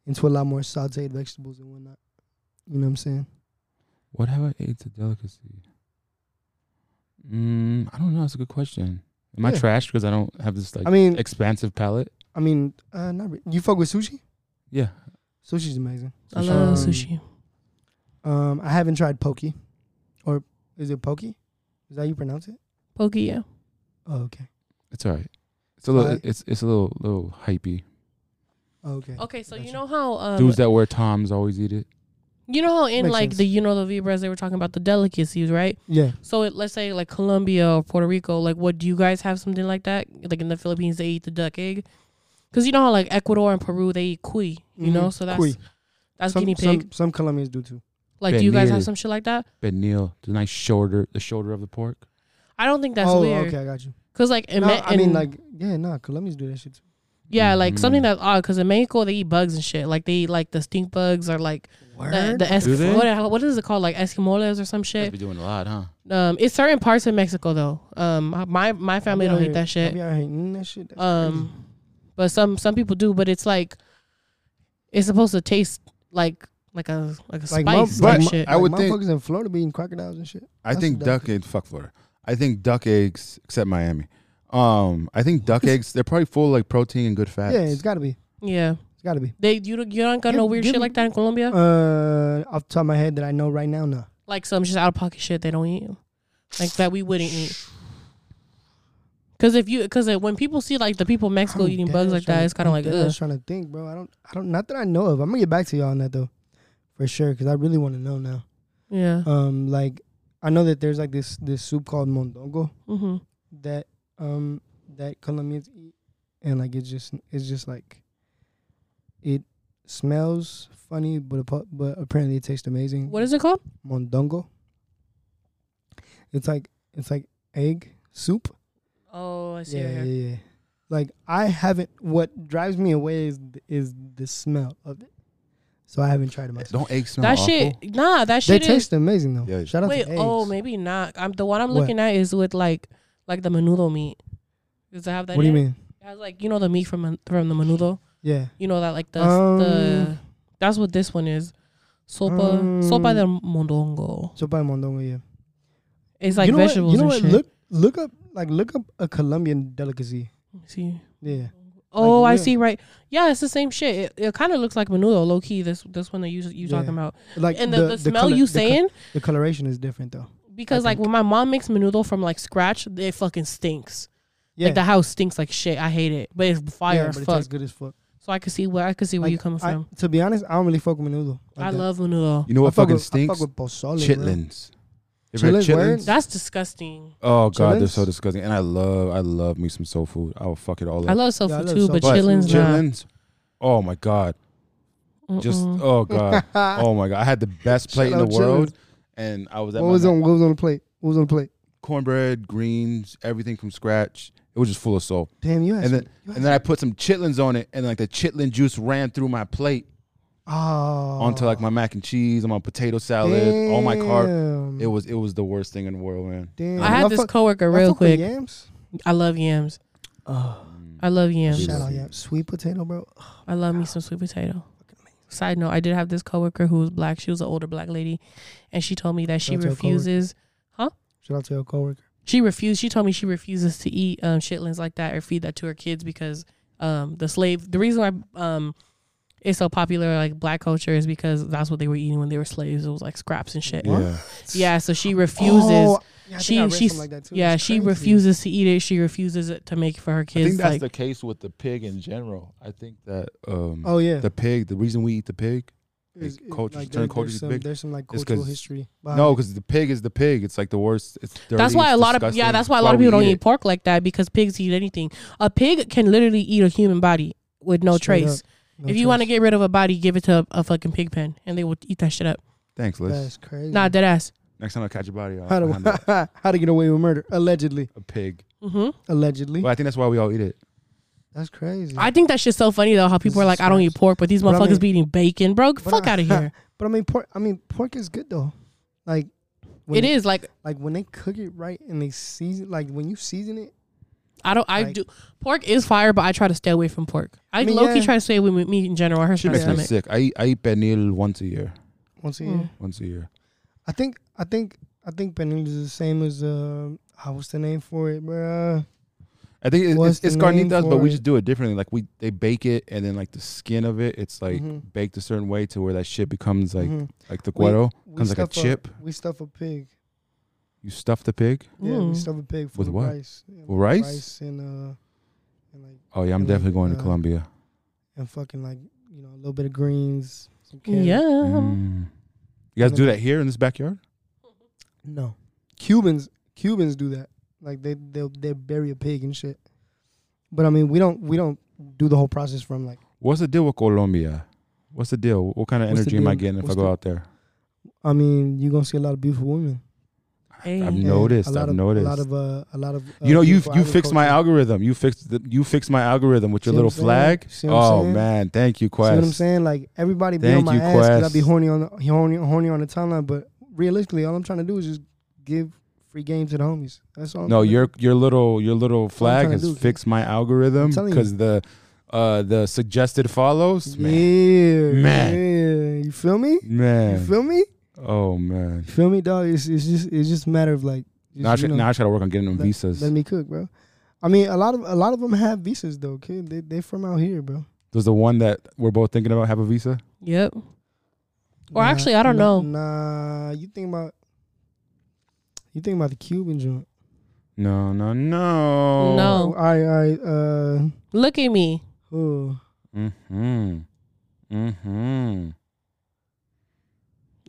[SPEAKER 1] into a lot more sautéed vegetables and whatnot. You know what I'm saying?
[SPEAKER 3] What have I ate to delicacy? Mm, I don't know. That's a good question. Am I
[SPEAKER 1] Yeah.
[SPEAKER 3] trash because I don't have this like
[SPEAKER 1] I mean,
[SPEAKER 3] expansive palate?
[SPEAKER 1] I mean, uh, not re- you fuck with sushi.
[SPEAKER 3] Yeah,
[SPEAKER 1] Sushi's amazing.
[SPEAKER 2] I love
[SPEAKER 3] Um,
[SPEAKER 2] sushi.
[SPEAKER 1] Um, I haven't tried pokey, or is it pokey? Is that how you pronounce it?
[SPEAKER 2] Poke, yeah.
[SPEAKER 1] Oh, okay.
[SPEAKER 3] It's all right. It's a little.
[SPEAKER 1] Alright.
[SPEAKER 3] It's it's a little little hypey.
[SPEAKER 1] Oh, okay.
[SPEAKER 2] Okay, so
[SPEAKER 1] Gotcha.
[SPEAKER 2] you know how um,
[SPEAKER 3] Dudes that wear toms always eat it.
[SPEAKER 2] you know how in
[SPEAKER 1] Makes
[SPEAKER 2] like
[SPEAKER 1] sense.
[SPEAKER 2] the you know the Vibras they were talking about the delicacies, right?
[SPEAKER 1] Yeah.
[SPEAKER 2] So it, let's say like Colombia or Puerto Rico, like what do you guys have something like that? Like in the Philippines, they eat the duck egg. Cause you know how like Ecuador and Peru they eat cuy, you know,
[SPEAKER 1] Mhm.
[SPEAKER 2] so that's
[SPEAKER 1] Cuy.
[SPEAKER 2] that's
[SPEAKER 1] some,
[SPEAKER 2] guinea pig.
[SPEAKER 1] Some, some Colombians do too.
[SPEAKER 2] Like, do you guys have
[SPEAKER 3] Veneers.
[SPEAKER 2] some shit like that?
[SPEAKER 3] But Neil, the nice shoulder, the shoulder of the pork.
[SPEAKER 2] I don't think that's
[SPEAKER 1] oh,
[SPEAKER 2] weird.
[SPEAKER 1] okay, I got you.
[SPEAKER 2] Cause like in
[SPEAKER 1] No,
[SPEAKER 2] Me-
[SPEAKER 1] I mean,
[SPEAKER 2] in-
[SPEAKER 1] like, yeah, nah, Colombians do that shit too.
[SPEAKER 2] yeah, like something
[SPEAKER 3] Mm.
[SPEAKER 2] that's odd. Cause in Mexico they eat bugs and shit. Like they eat like the stink bugs or like the, the
[SPEAKER 3] Do
[SPEAKER 2] Esk-
[SPEAKER 3] they?
[SPEAKER 2] what, what is it called? Like Esquimales or some shit.
[SPEAKER 3] be doing a lot, huh?
[SPEAKER 2] Um, it's certain parts of Mexico though. Um, my my family
[SPEAKER 1] I be out
[SPEAKER 2] don't
[SPEAKER 1] here-
[SPEAKER 2] eat that
[SPEAKER 1] I
[SPEAKER 2] shit.
[SPEAKER 1] be out here eating that shit. That's
[SPEAKER 2] Um, but some some people do. But it's like it's supposed to taste like like a like a
[SPEAKER 1] crazy. like, motherfuckers-
[SPEAKER 2] spice like,
[SPEAKER 3] but-
[SPEAKER 1] like,
[SPEAKER 2] shit.
[SPEAKER 3] I would think-
[SPEAKER 1] motherfuckers in Florida be eating crocodiles and shit.
[SPEAKER 3] I
[SPEAKER 1] That's
[SPEAKER 3] think
[SPEAKER 1] what
[SPEAKER 3] duck egg. Fuck Florida. I think duck eggs, except Miami. Um, I think duck eggs. They're probably full of, like protein and good fats.
[SPEAKER 1] Yeah, it's got to be.
[SPEAKER 2] yeah,
[SPEAKER 1] It's got to be.
[SPEAKER 2] they you don't- you don't got no
[SPEAKER 1] Give-
[SPEAKER 2] weird
[SPEAKER 1] give
[SPEAKER 2] shit
[SPEAKER 1] me-
[SPEAKER 2] like that in Colombia.
[SPEAKER 1] Uh, off the top of my head that I know right now, no.
[SPEAKER 2] like some just out of pocket shit they don't eat, like that we wouldn't eat. Because if you because when people see like the people in Mexico
[SPEAKER 1] I'm
[SPEAKER 2] eating
[SPEAKER 1] dead
[SPEAKER 2] bugs
[SPEAKER 1] ass
[SPEAKER 2] like
[SPEAKER 1] tryna-
[SPEAKER 2] that, it's kind of
[SPEAKER 1] I'm
[SPEAKER 2] like
[SPEAKER 1] dead
[SPEAKER 2] ugh.
[SPEAKER 1] ass trying to think, bro. I don't, I don't, not that I know of. I'm gonna get back to you all on that though, for sure, because I really want to know now.
[SPEAKER 2] Yeah.
[SPEAKER 1] Um, like I know that there's like this this soup called mondongo
[SPEAKER 2] hmm
[SPEAKER 1] that um that Colombians eat, and like it's just it's just like it smells funny, but appa- but apparently it tastes amazing.
[SPEAKER 2] What is it called?
[SPEAKER 1] mondongo? It's like it's like egg soup.
[SPEAKER 2] Oh, I see.
[SPEAKER 1] Yeah,
[SPEAKER 2] it
[SPEAKER 1] yeah,
[SPEAKER 2] here.
[SPEAKER 1] yeah. Like I haven't. What drives me away is is the smell of it. So I haven't tried it myself.
[SPEAKER 3] Don't eggs smell
[SPEAKER 2] That
[SPEAKER 3] awful?
[SPEAKER 2] shit, nah, that
[SPEAKER 1] They
[SPEAKER 2] shit is
[SPEAKER 1] taste amazing though.
[SPEAKER 3] Yeah.
[SPEAKER 1] Shout out
[SPEAKER 2] Wait,
[SPEAKER 1] to eggs.
[SPEAKER 2] oh, maybe not. I'm the one I'm
[SPEAKER 1] What?
[SPEAKER 2] looking at is with like like the menudo meat. Does it have that?
[SPEAKER 1] What do you
[SPEAKER 2] in it?
[SPEAKER 1] mean?
[SPEAKER 2] It has like you know the meat from from the menudo.
[SPEAKER 1] Yeah.
[SPEAKER 2] You know that like the
[SPEAKER 1] Um,
[SPEAKER 2] the that's what this one is. Sopa sopa
[SPEAKER 1] um,
[SPEAKER 2] del mondongo.
[SPEAKER 1] Sopa de mondongo. Yeah.
[SPEAKER 2] It's like
[SPEAKER 1] you know
[SPEAKER 2] vegetables
[SPEAKER 1] What, you know
[SPEAKER 2] and
[SPEAKER 1] what?
[SPEAKER 2] shit.
[SPEAKER 1] Look, look up like look up a Colombian delicacy.
[SPEAKER 2] see.
[SPEAKER 1] Yeah.
[SPEAKER 2] Oh, I
[SPEAKER 1] real.
[SPEAKER 2] see. Right. Yeah, it's the same shit. It, it kind of looks like menudo, low key. This this one that you you
[SPEAKER 1] Yeah.
[SPEAKER 2] talking about,
[SPEAKER 1] Like
[SPEAKER 2] and the, the, smell
[SPEAKER 1] color-
[SPEAKER 2] you
[SPEAKER 1] the co-
[SPEAKER 2] saying
[SPEAKER 1] The, coloration is different though.
[SPEAKER 2] because
[SPEAKER 1] I
[SPEAKER 2] like
[SPEAKER 1] think-
[SPEAKER 2] when my mom makes menudo from like scratch, it fucking stinks.
[SPEAKER 1] Yeah.
[SPEAKER 2] Like the house stinks like shit. I hate it, but it's fire
[SPEAKER 1] yeah,
[SPEAKER 2] as
[SPEAKER 1] but it
[SPEAKER 2] fuck.
[SPEAKER 1] tastes good as fuck.
[SPEAKER 2] So I could see where I could see where
[SPEAKER 1] Like,
[SPEAKER 2] you coming
[SPEAKER 1] I-
[SPEAKER 2] from.
[SPEAKER 1] to be honest, I don't really fuck with menudo. like
[SPEAKER 2] I
[SPEAKER 1] that.
[SPEAKER 2] love menudo.
[SPEAKER 3] You know
[SPEAKER 1] I
[SPEAKER 3] what
[SPEAKER 1] fuck
[SPEAKER 3] fucking
[SPEAKER 1] with, I
[SPEAKER 3] stinks?
[SPEAKER 1] fuck with pozole, bro.
[SPEAKER 3] chitlins. You ever had
[SPEAKER 1] Chitlins, word?
[SPEAKER 3] chitlins?
[SPEAKER 2] That's disgusting.
[SPEAKER 3] Oh god, they're
[SPEAKER 1] Chitlins?
[SPEAKER 3] so disgusting. And I love, I love me some soul food. I will fuck it all up.
[SPEAKER 2] I love soul
[SPEAKER 1] Yeah, I
[SPEAKER 2] food
[SPEAKER 1] love
[SPEAKER 2] too,
[SPEAKER 1] soul
[SPEAKER 2] but
[SPEAKER 1] food.
[SPEAKER 2] chitlins, nah.
[SPEAKER 3] chitlins. Oh my god, just
[SPEAKER 2] Mm-mm.
[SPEAKER 3] oh god, oh my god. I had the best plate in
[SPEAKER 1] Shout
[SPEAKER 3] the
[SPEAKER 1] out
[SPEAKER 3] world, and I was at
[SPEAKER 1] What
[SPEAKER 3] my
[SPEAKER 1] was
[SPEAKER 3] ma-
[SPEAKER 1] on? What was on the plate? What was on the plate?
[SPEAKER 3] cornbread, greens, everything from scratch. It was just full of soul.
[SPEAKER 1] Damn, you asked
[SPEAKER 3] And then,
[SPEAKER 1] me. You
[SPEAKER 3] and then I put some chitlins on it, and like the chitlin juice ran through my plate
[SPEAKER 1] Oh.
[SPEAKER 3] onto like
[SPEAKER 1] Ah.
[SPEAKER 3] my mac and cheese and my potato salad, all my carb. It was it was the worst thing in the world, man.
[SPEAKER 1] Damn.
[SPEAKER 2] I had
[SPEAKER 1] Y'all
[SPEAKER 2] this
[SPEAKER 1] fuck-
[SPEAKER 2] coworker
[SPEAKER 1] y'all
[SPEAKER 2] real
[SPEAKER 1] fuck with
[SPEAKER 2] quick. Oh,
[SPEAKER 1] Yams.
[SPEAKER 2] I love yams. I love yams.
[SPEAKER 1] Shout out
[SPEAKER 3] Ooh.
[SPEAKER 1] yams. Sweet potato, bro.
[SPEAKER 2] I love me some sweet potato. Side note, I did have this coworker who was black. She was an older black lady, and she told me that she
[SPEAKER 1] Shout out to your coworker.
[SPEAKER 2] refuses.
[SPEAKER 1] Shout out to your coworker.
[SPEAKER 2] She refused. She told me she refuses to eat um, chitlins like that or feed that to her kids because um, the slave. The reason why um, it's so popular like black culture is because that's what they were eating when they were slaves. It was like scraps and shit.
[SPEAKER 3] Yeah.
[SPEAKER 2] Yeah, so she refuses.
[SPEAKER 1] Oh, yeah, I think I
[SPEAKER 2] she
[SPEAKER 1] read
[SPEAKER 2] she
[SPEAKER 1] something like that too.
[SPEAKER 2] yeah
[SPEAKER 1] It's
[SPEAKER 2] she
[SPEAKER 1] crazy.
[SPEAKER 2] refuses to eat it. She refuses it to make for her
[SPEAKER 3] I think
[SPEAKER 2] kids.
[SPEAKER 3] that's
[SPEAKER 2] Like
[SPEAKER 3] the case with the pig in general. I think that um,
[SPEAKER 1] Oh yeah.
[SPEAKER 3] the pig, the reason we eat the pig,
[SPEAKER 1] It's-
[SPEAKER 3] like, cultures-
[SPEAKER 1] like,
[SPEAKER 3] certain
[SPEAKER 1] there-
[SPEAKER 3] cultures
[SPEAKER 1] there's
[SPEAKER 3] is
[SPEAKER 1] some,
[SPEAKER 3] big.
[SPEAKER 1] There's some like
[SPEAKER 3] It's
[SPEAKER 1] cultural
[SPEAKER 3] 'cause-
[SPEAKER 1] history. behind
[SPEAKER 3] no,
[SPEAKER 1] it.
[SPEAKER 3] because the pig is the pig. It's like the worst. It's dirty,
[SPEAKER 2] that's why
[SPEAKER 3] it's
[SPEAKER 2] a lot of
[SPEAKER 3] disgusting.
[SPEAKER 2] yeah that's why a lot of
[SPEAKER 3] we
[SPEAKER 2] people don't
[SPEAKER 3] eat
[SPEAKER 2] eat
[SPEAKER 3] it.
[SPEAKER 2] pork like that because pigs eat anything. A pig can literally eat a human body with no
[SPEAKER 1] Straight
[SPEAKER 2] trace.
[SPEAKER 1] up, no
[SPEAKER 2] if you want to
[SPEAKER 1] choice.
[SPEAKER 2] get rid of a body, give it to a, a fucking pig pen, and they will eat that shit up.
[SPEAKER 3] Thanks, Liz.
[SPEAKER 1] that's crazy.
[SPEAKER 2] Nah, dead ass.
[SPEAKER 3] Next time I catch a body, I'll
[SPEAKER 1] how
[SPEAKER 3] I'll handle
[SPEAKER 1] to how to get away with murder? Allegedly,
[SPEAKER 3] a pig.
[SPEAKER 2] hmm
[SPEAKER 1] allegedly.
[SPEAKER 3] Well, I think that's why we all eat it.
[SPEAKER 1] That's crazy.
[SPEAKER 2] I think that shit's so funny though. How people are like, I don't eat pork, but these
[SPEAKER 1] But I
[SPEAKER 2] motherfuckers
[SPEAKER 1] mean-
[SPEAKER 2] be eating bacon, bro.
[SPEAKER 1] But
[SPEAKER 2] Fuck
[SPEAKER 1] I-
[SPEAKER 2] out of here.
[SPEAKER 1] but I mean, pork. I mean, pork is good though. Like
[SPEAKER 2] it is like
[SPEAKER 1] Like when they cook it right and they season. Like when you season it.
[SPEAKER 2] I don't. I
[SPEAKER 1] Like-
[SPEAKER 2] do. Pork is fire, but I try to stay away from pork. I,
[SPEAKER 1] I mean,
[SPEAKER 2] low key
[SPEAKER 1] yeah.
[SPEAKER 2] try to stay away with meat in general. I hurt
[SPEAKER 3] She
[SPEAKER 2] my
[SPEAKER 3] makes me
[SPEAKER 2] stomach.
[SPEAKER 3] sick. I eat, I eat pernil once a year.
[SPEAKER 1] Once a
[SPEAKER 2] Mm.
[SPEAKER 1] year.
[SPEAKER 3] Once a year.
[SPEAKER 1] I think I think I think pernil is the same as uh, ah, what's the name for it, bruh?
[SPEAKER 3] I think it,
[SPEAKER 1] What's
[SPEAKER 3] it's, it's
[SPEAKER 1] the name
[SPEAKER 3] carnitas, but
[SPEAKER 1] for
[SPEAKER 3] we
[SPEAKER 1] it?
[SPEAKER 3] just do it differently. Like we, they bake it, and then like the skin of it, it's like
[SPEAKER 2] Mm-hmm.
[SPEAKER 1] Mhm.
[SPEAKER 3] baked a certain way to where that shit becomes like
[SPEAKER 1] Mhm.
[SPEAKER 3] like the
[SPEAKER 1] We-
[SPEAKER 3] guero
[SPEAKER 1] We
[SPEAKER 3] comes like a
[SPEAKER 1] stuff
[SPEAKER 3] chip.
[SPEAKER 1] We stuff a pig.
[SPEAKER 3] You stuff the pig.
[SPEAKER 1] Yeah, we
[SPEAKER 2] Mm.
[SPEAKER 1] stuff a pig full
[SPEAKER 3] With
[SPEAKER 1] of
[SPEAKER 3] what?
[SPEAKER 1] rice. Yeah, with
[SPEAKER 3] rice?
[SPEAKER 1] rice and uh, and like
[SPEAKER 3] Oh yeah,
[SPEAKER 1] And,
[SPEAKER 3] I'm
[SPEAKER 1] like,
[SPEAKER 3] definitely going to
[SPEAKER 1] uh,
[SPEAKER 3] Colombia.
[SPEAKER 1] and fucking like you know a little bit of greens. Some
[SPEAKER 2] Yeah.
[SPEAKER 1] carrots.
[SPEAKER 3] Mm. You guys do that here in this backyard?
[SPEAKER 1] No. Cubans Cubans do that. Like they they they bury a pig and shit. But I mean we don't we don't do the whole process from like
[SPEAKER 3] What's the deal with Colombia? What's the deal? What kind of
[SPEAKER 1] What's the
[SPEAKER 3] energy am I
[SPEAKER 1] deal?
[SPEAKER 3] getting if I
[SPEAKER 1] What's
[SPEAKER 3] go
[SPEAKER 1] the- Uh,
[SPEAKER 3] out there?
[SPEAKER 1] I mean, you're gonna see a lot of beautiful women.
[SPEAKER 2] Hey.
[SPEAKER 3] I've
[SPEAKER 1] and
[SPEAKER 3] noticed.
[SPEAKER 1] A lot
[SPEAKER 3] I've
[SPEAKER 1] of,
[SPEAKER 3] noticed.
[SPEAKER 1] A lot of. Uh, a lot of. uh,
[SPEAKER 3] you know, you
[SPEAKER 1] beautiful
[SPEAKER 3] you fixed my
[SPEAKER 1] agriculture.
[SPEAKER 3] algorithm. You fixed the, you fixed my algorithm with your
[SPEAKER 1] See what
[SPEAKER 3] little
[SPEAKER 1] I'm saying?
[SPEAKER 3] flag.
[SPEAKER 1] See what I'm
[SPEAKER 3] Oh
[SPEAKER 1] saying?
[SPEAKER 3] man, thank you,
[SPEAKER 1] See
[SPEAKER 3] Quest.
[SPEAKER 1] what I'm saying? Like everybody be on
[SPEAKER 3] Thank
[SPEAKER 1] my
[SPEAKER 3] you,
[SPEAKER 1] ass 'cause I be
[SPEAKER 3] Quest.
[SPEAKER 1] horny on the horny, horny on the timeline. But realistically, all I'm trying to do is just give free game to the homies. That's all. I'm
[SPEAKER 3] No,
[SPEAKER 1] trying to
[SPEAKER 3] your your little your little flag
[SPEAKER 1] trying to
[SPEAKER 3] has
[SPEAKER 1] do.
[SPEAKER 3] fixed my algorithm
[SPEAKER 1] I'm telling you.
[SPEAKER 3] because the uh the suggested follows.
[SPEAKER 1] do.
[SPEAKER 3] Man,
[SPEAKER 1] Yeah,
[SPEAKER 3] Man.
[SPEAKER 1] yeah. You feel me? You
[SPEAKER 3] man.
[SPEAKER 1] feel me?
[SPEAKER 3] Oh man.
[SPEAKER 1] You feel me, dog? It's it's just it's just a matter of like. Just,
[SPEAKER 3] Now I,
[SPEAKER 1] you
[SPEAKER 3] try,
[SPEAKER 1] know,
[SPEAKER 3] now I try to work on getting them
[SPEAKER 1] let-
[SPEAKER 3] visas.
[SPEAKER 1] Let me cook, bro. I mean, a lot of a lot of them have visas though. Kid, they they from out here, bro.
[SPEAKER 3] Does the one that we're both thinking about have a visa?
[SPEAKER 2] Yep. Or actually, I don't
[SPEAKER 1] nah,
[SPEAKER 2] know.
[SPEAKER 1] Nah, you think about you think about the Cuban joint.
[SPEAKER 3] No, no, no.
[SPEAKER 1] all
[SPEAKER 2] No.
[SPEAKER 1] right, all right. Uh,
[SPEAKER 2] Look at me.
[SPEAKER 1] who?
[SPEAKER 3] Mm-hmm. Mm-hmm.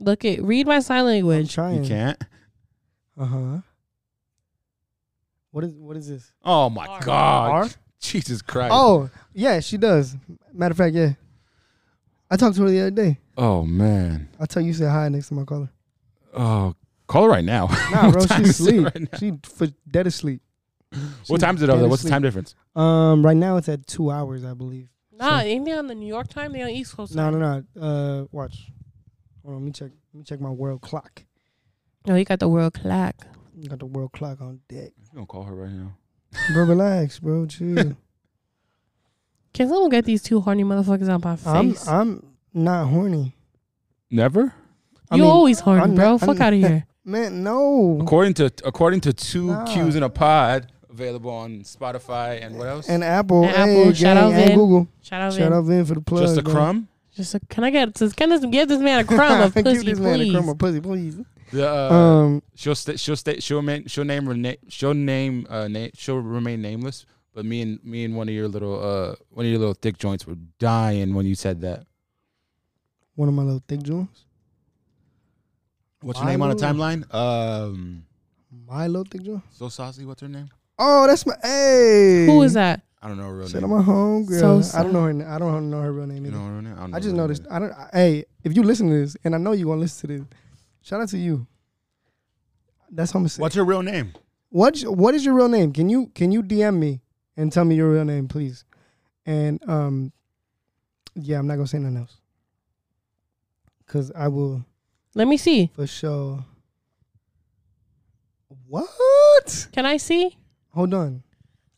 [SPEAKER 2] Look at read my sign
[SPEAKER 1] I'm
[SPEAKER 2] language.
[SPEAKER 1] trying.
[SPEAKER 3] You can't.
[SPEAKER 1] Uh huh. What is what is this?
[SPEAKER 3] Oh my
[SPEAKER 2] R.
[SPEAKER 3] God.
[SPEAKER 1] R?
[SPEAKER 3] Jesus Christ.
[SPEAKER 1] Oh yeah, she does. Matter of fact, yeah. I talked to her the other day.
[SPEAKER 3] Oh man.
[SPEAKER 1] I tell you, say hi next to my caller.
[SPEAKER 3] Oh, call her right now.
[SPEAKER 1] Nah,
[SPEAKER 3] What
[SPEAKER 1] bro,
[SPEAKER 3] time
[SPEAKER 1] she's
[SPEAKER 3] is it
[SPEAKER 1] asleep.
[SPEAKER 3] right now?
[SPEAKER 1] she for dead asleep.
[SPEAKER 3] What
[SPEAKER 1] She
[SPEAKER 3] time is it over
[SPEAKER 1] dead
[SPEAKER 3] there? What's the
[SPEAKER 1] asleep.
[SPEAKER 3] time difference?
[SPEAKER 1] Um, right now it's at two hours, I believe.
[SPEAKER 2] Nah, ain't they on the New York time? They on East Coast.
[SPEAKER 1] No,
[SPEAKER 2] time.
[SPEAKER 1] no, no. Uh, watch. Hold on, let me check. Let me check my world clock.
[SPEAKER 2] No, Oh, you got the world clock.
[SPEAKER 1] Got the world clock on deck.
[SPEAKER 3] I'm gonna call her right now.
[SPEAKER 1] Bro, relax, bro. Chill.
[SPEAKER 2] Can someone get these two horny motherfuckers out my
[SPEAKER 1] I'm
[SPEAKER 2] face?
[SPEAKER 1] I'm not horny.
[SPEAKER 3] Never?
[SPEAKER 1] I
[SPEAKER 2] you
[SPEAKER 1] mean,
[SPEAKER 2] always horny,
[SPEAKER 1] I'm
[SPEAKER 2] bro.
[SPEAKER 1] not-
[SPEAKER 2] Fuck
[SPEAKER 1] I'm-
[SPEAKER 2] out of here.
[SPEAKER 1] Man, no.
[SPEAKER 3] According to according to two
[SPEAKER 1] Nah.
[SPEAKER 3] Q's in a pod, available on Spotify and what else?
[SPEAKER 1] And Apple,
[SPEAKER 2] And
[SPEAKER 1] hey,
[SPEAKER 2] Apple, shout
[SPEAKER 1] gang,
[SPEAKER 2] out
[SPEAKER 1] and
[SPEAKER 2] Vin.
[SPEAKER 1] Google.
[SPEAKER 2] Shout out,
[SPEAKER 1] Shout
[SPEAKER 2] Vin.
[SPEAKER 1] out Vin for the plug.
[SPEAKER 3] Just a
[SPEAKER 1] bro.
[SPEAKER 3] crumb.
[SPEAKER 2] Just a, can I get just can this give this man a crumb of
[SPEAKER 1] Give
[SPEAKER 2] pussy,
[SPEAKER 1] this man
[SPEAKER 2] please?
[SPEAKER 1] a crumb of pussy, please.
[SPEAKER 3] The, uh,
[SPEAKER 1] um,
[SPEAKER 3] she'll st- she'll stay she'll man she'll name her na- she'll name uh na- she'll remain nameless. But me and me and one of your little uh one of your little thick joints were dying when you said that.
[SPEAKER 1] one of my little thick joints.
[SPEAKER 3] What's her name on the
[SPEAKER 1] Milo?
[SPEAKER 3] timeline? Um,
[SPEAKER 1] My little thick joint.
[SPEAKER 3] so saucy. What's her name?
[SPEAKER 1] Oh, that's my. Hey,
[SPEAKER 2] Who is that?
[SPEAKER 3] I don't know her real
[SPEAKER 1] Shit,
[SPEAKER 3] name.
[SPEAKER 1] I'm a homegirl.
[SPEAKER 2] So
[SPEAKER 1] I don't know her. na- I don't know her real name
[SPEAKER 3] You
[SPEAKER 1] either.
[SPEAKER 3] know her real name? don't know
[SPEAKER 1] I
[SPEAKER 3] her
[SPEAKER 1] just
[SPEAKER 3] real
[SPEAKER 1] noticed.
[SPEAKER 3] name.
[SPEAKER 1] I don't. I, hey, if you listen to this, and I know you gonna listen to this, shout out to you. That's what I'm saying.
[SPEAKER 3] What's her real name?
[SPEAKER 1] What What is your real name? Can you Can you DM me and tell me your real name, please? And um, yeah, I'm not gonna say nothing else, cause I will
[SPEAKER 2] Let me see.
[SPEAKER 1] for sure. What?
[SPEAKER 2] Can I see?
[SPEAKER 1] Hold on.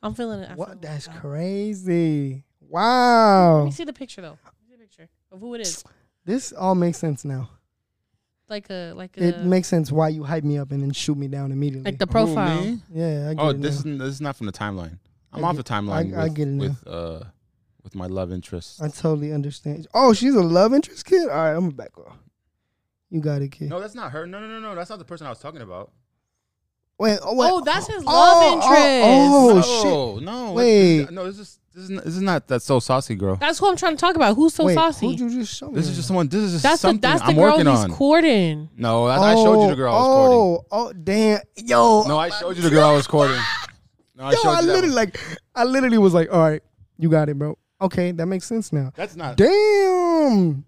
[SPEAKER 2] I'm feeling it. I feel
[SPEAKER 1] What?
[SPEAKER 2] it.
[SPEAKER 1] That's Oh.
[SPEAKER 2] Uh,
[SPEAKER 1] crazy.
[SPEAKER 2] Let
[SPEAKER 1] Wow.
[SPEAKER 2] me see the picture though. Let me see the picture of who it is.
[SPEAKER 1] This all makes sense now.
[SPEAKER 2] Like a like a
[SPEAKER 1] It makes sense why you hype me up and then shoot me down immediately.
[SPEAKER 2] like the profile.
[SPEAKER 3] Who, me?
[SPEAKER 1] Yeah, I get
[SPEAKER 3] Oh,
[SPEAKER 1] it
[SPEAKER 3] this
[SPEAKER 1] now.
[SPEAKER 3] is this is not from the timeline. I'm
[SPEAKER 1] I
[SPEAKER 3] off the
[SPEAKER 1] get-
[SPEAKER 3] timeline.
[SPEAKER 1] I- I
[SPEAKER 3] with,
[SPEAKER 1] get it now.
[SPEAKER 3] with uh with my love interest.
[SPEAKER 1] I totally understand. Oh, she's a love interest kid. All right, I'm gonna back off. You got it, kid.
[SPEAKER 3] No, that's not her. No, no, no, no. That's not the person I was talking about.
[SPEAKER 1] Wait, oh, wait.
[SPEAKER 2] Oh, that's his love
[SPEAKER 1] oh,
[SPEAKER 2] interest.
[SPEAKER 1] oh,
[SPEAKER 3] no, shit! No,
[SPEAKER 1] Wait.
[SPEAKER 3] This, no, this is this is not, this is not that so saucy girl.
[SPEAKER 2] That's who I'm trying to talk about. Who's so
[SPEAKER 1] wait,
[SPEAKER 2] saucy?
[SPEAKER 1] Who'd you just show me?
[SPEAKER 3] This is just someone. This is just
[SPEAKER 2] That's the
[SPEAKER 3] something
[SPEAKER 2] that's the
[SPEAKER 3] I'm
[SPEAKER 2] girl
[SPEAKER 3] working
[SPEAKER 2] he's
[SPEAKER 3] on.
[SPEAKER 2] courting.
[SPEAKER 3] No, I, I showed you the girl I was courting.
[SPEAKER 1] Oh, oh, damn, yo.
[SPEAKER 3] No, I showed you the girl I was courting. No, I
[SPEAKER 1] yo,
[SPEAKER 3] showed
[SPEAKER 1] I
[SPEAKER 3] you that.
[SPEAKER 1] literally
[SPEAKER 3] one.
[SPEAKER 1] like, I literally was like, all right, you got it, bro. Okay, that makes sense now.
[SPEAKER 3] That's not.
[SPEAKER 1] Damn,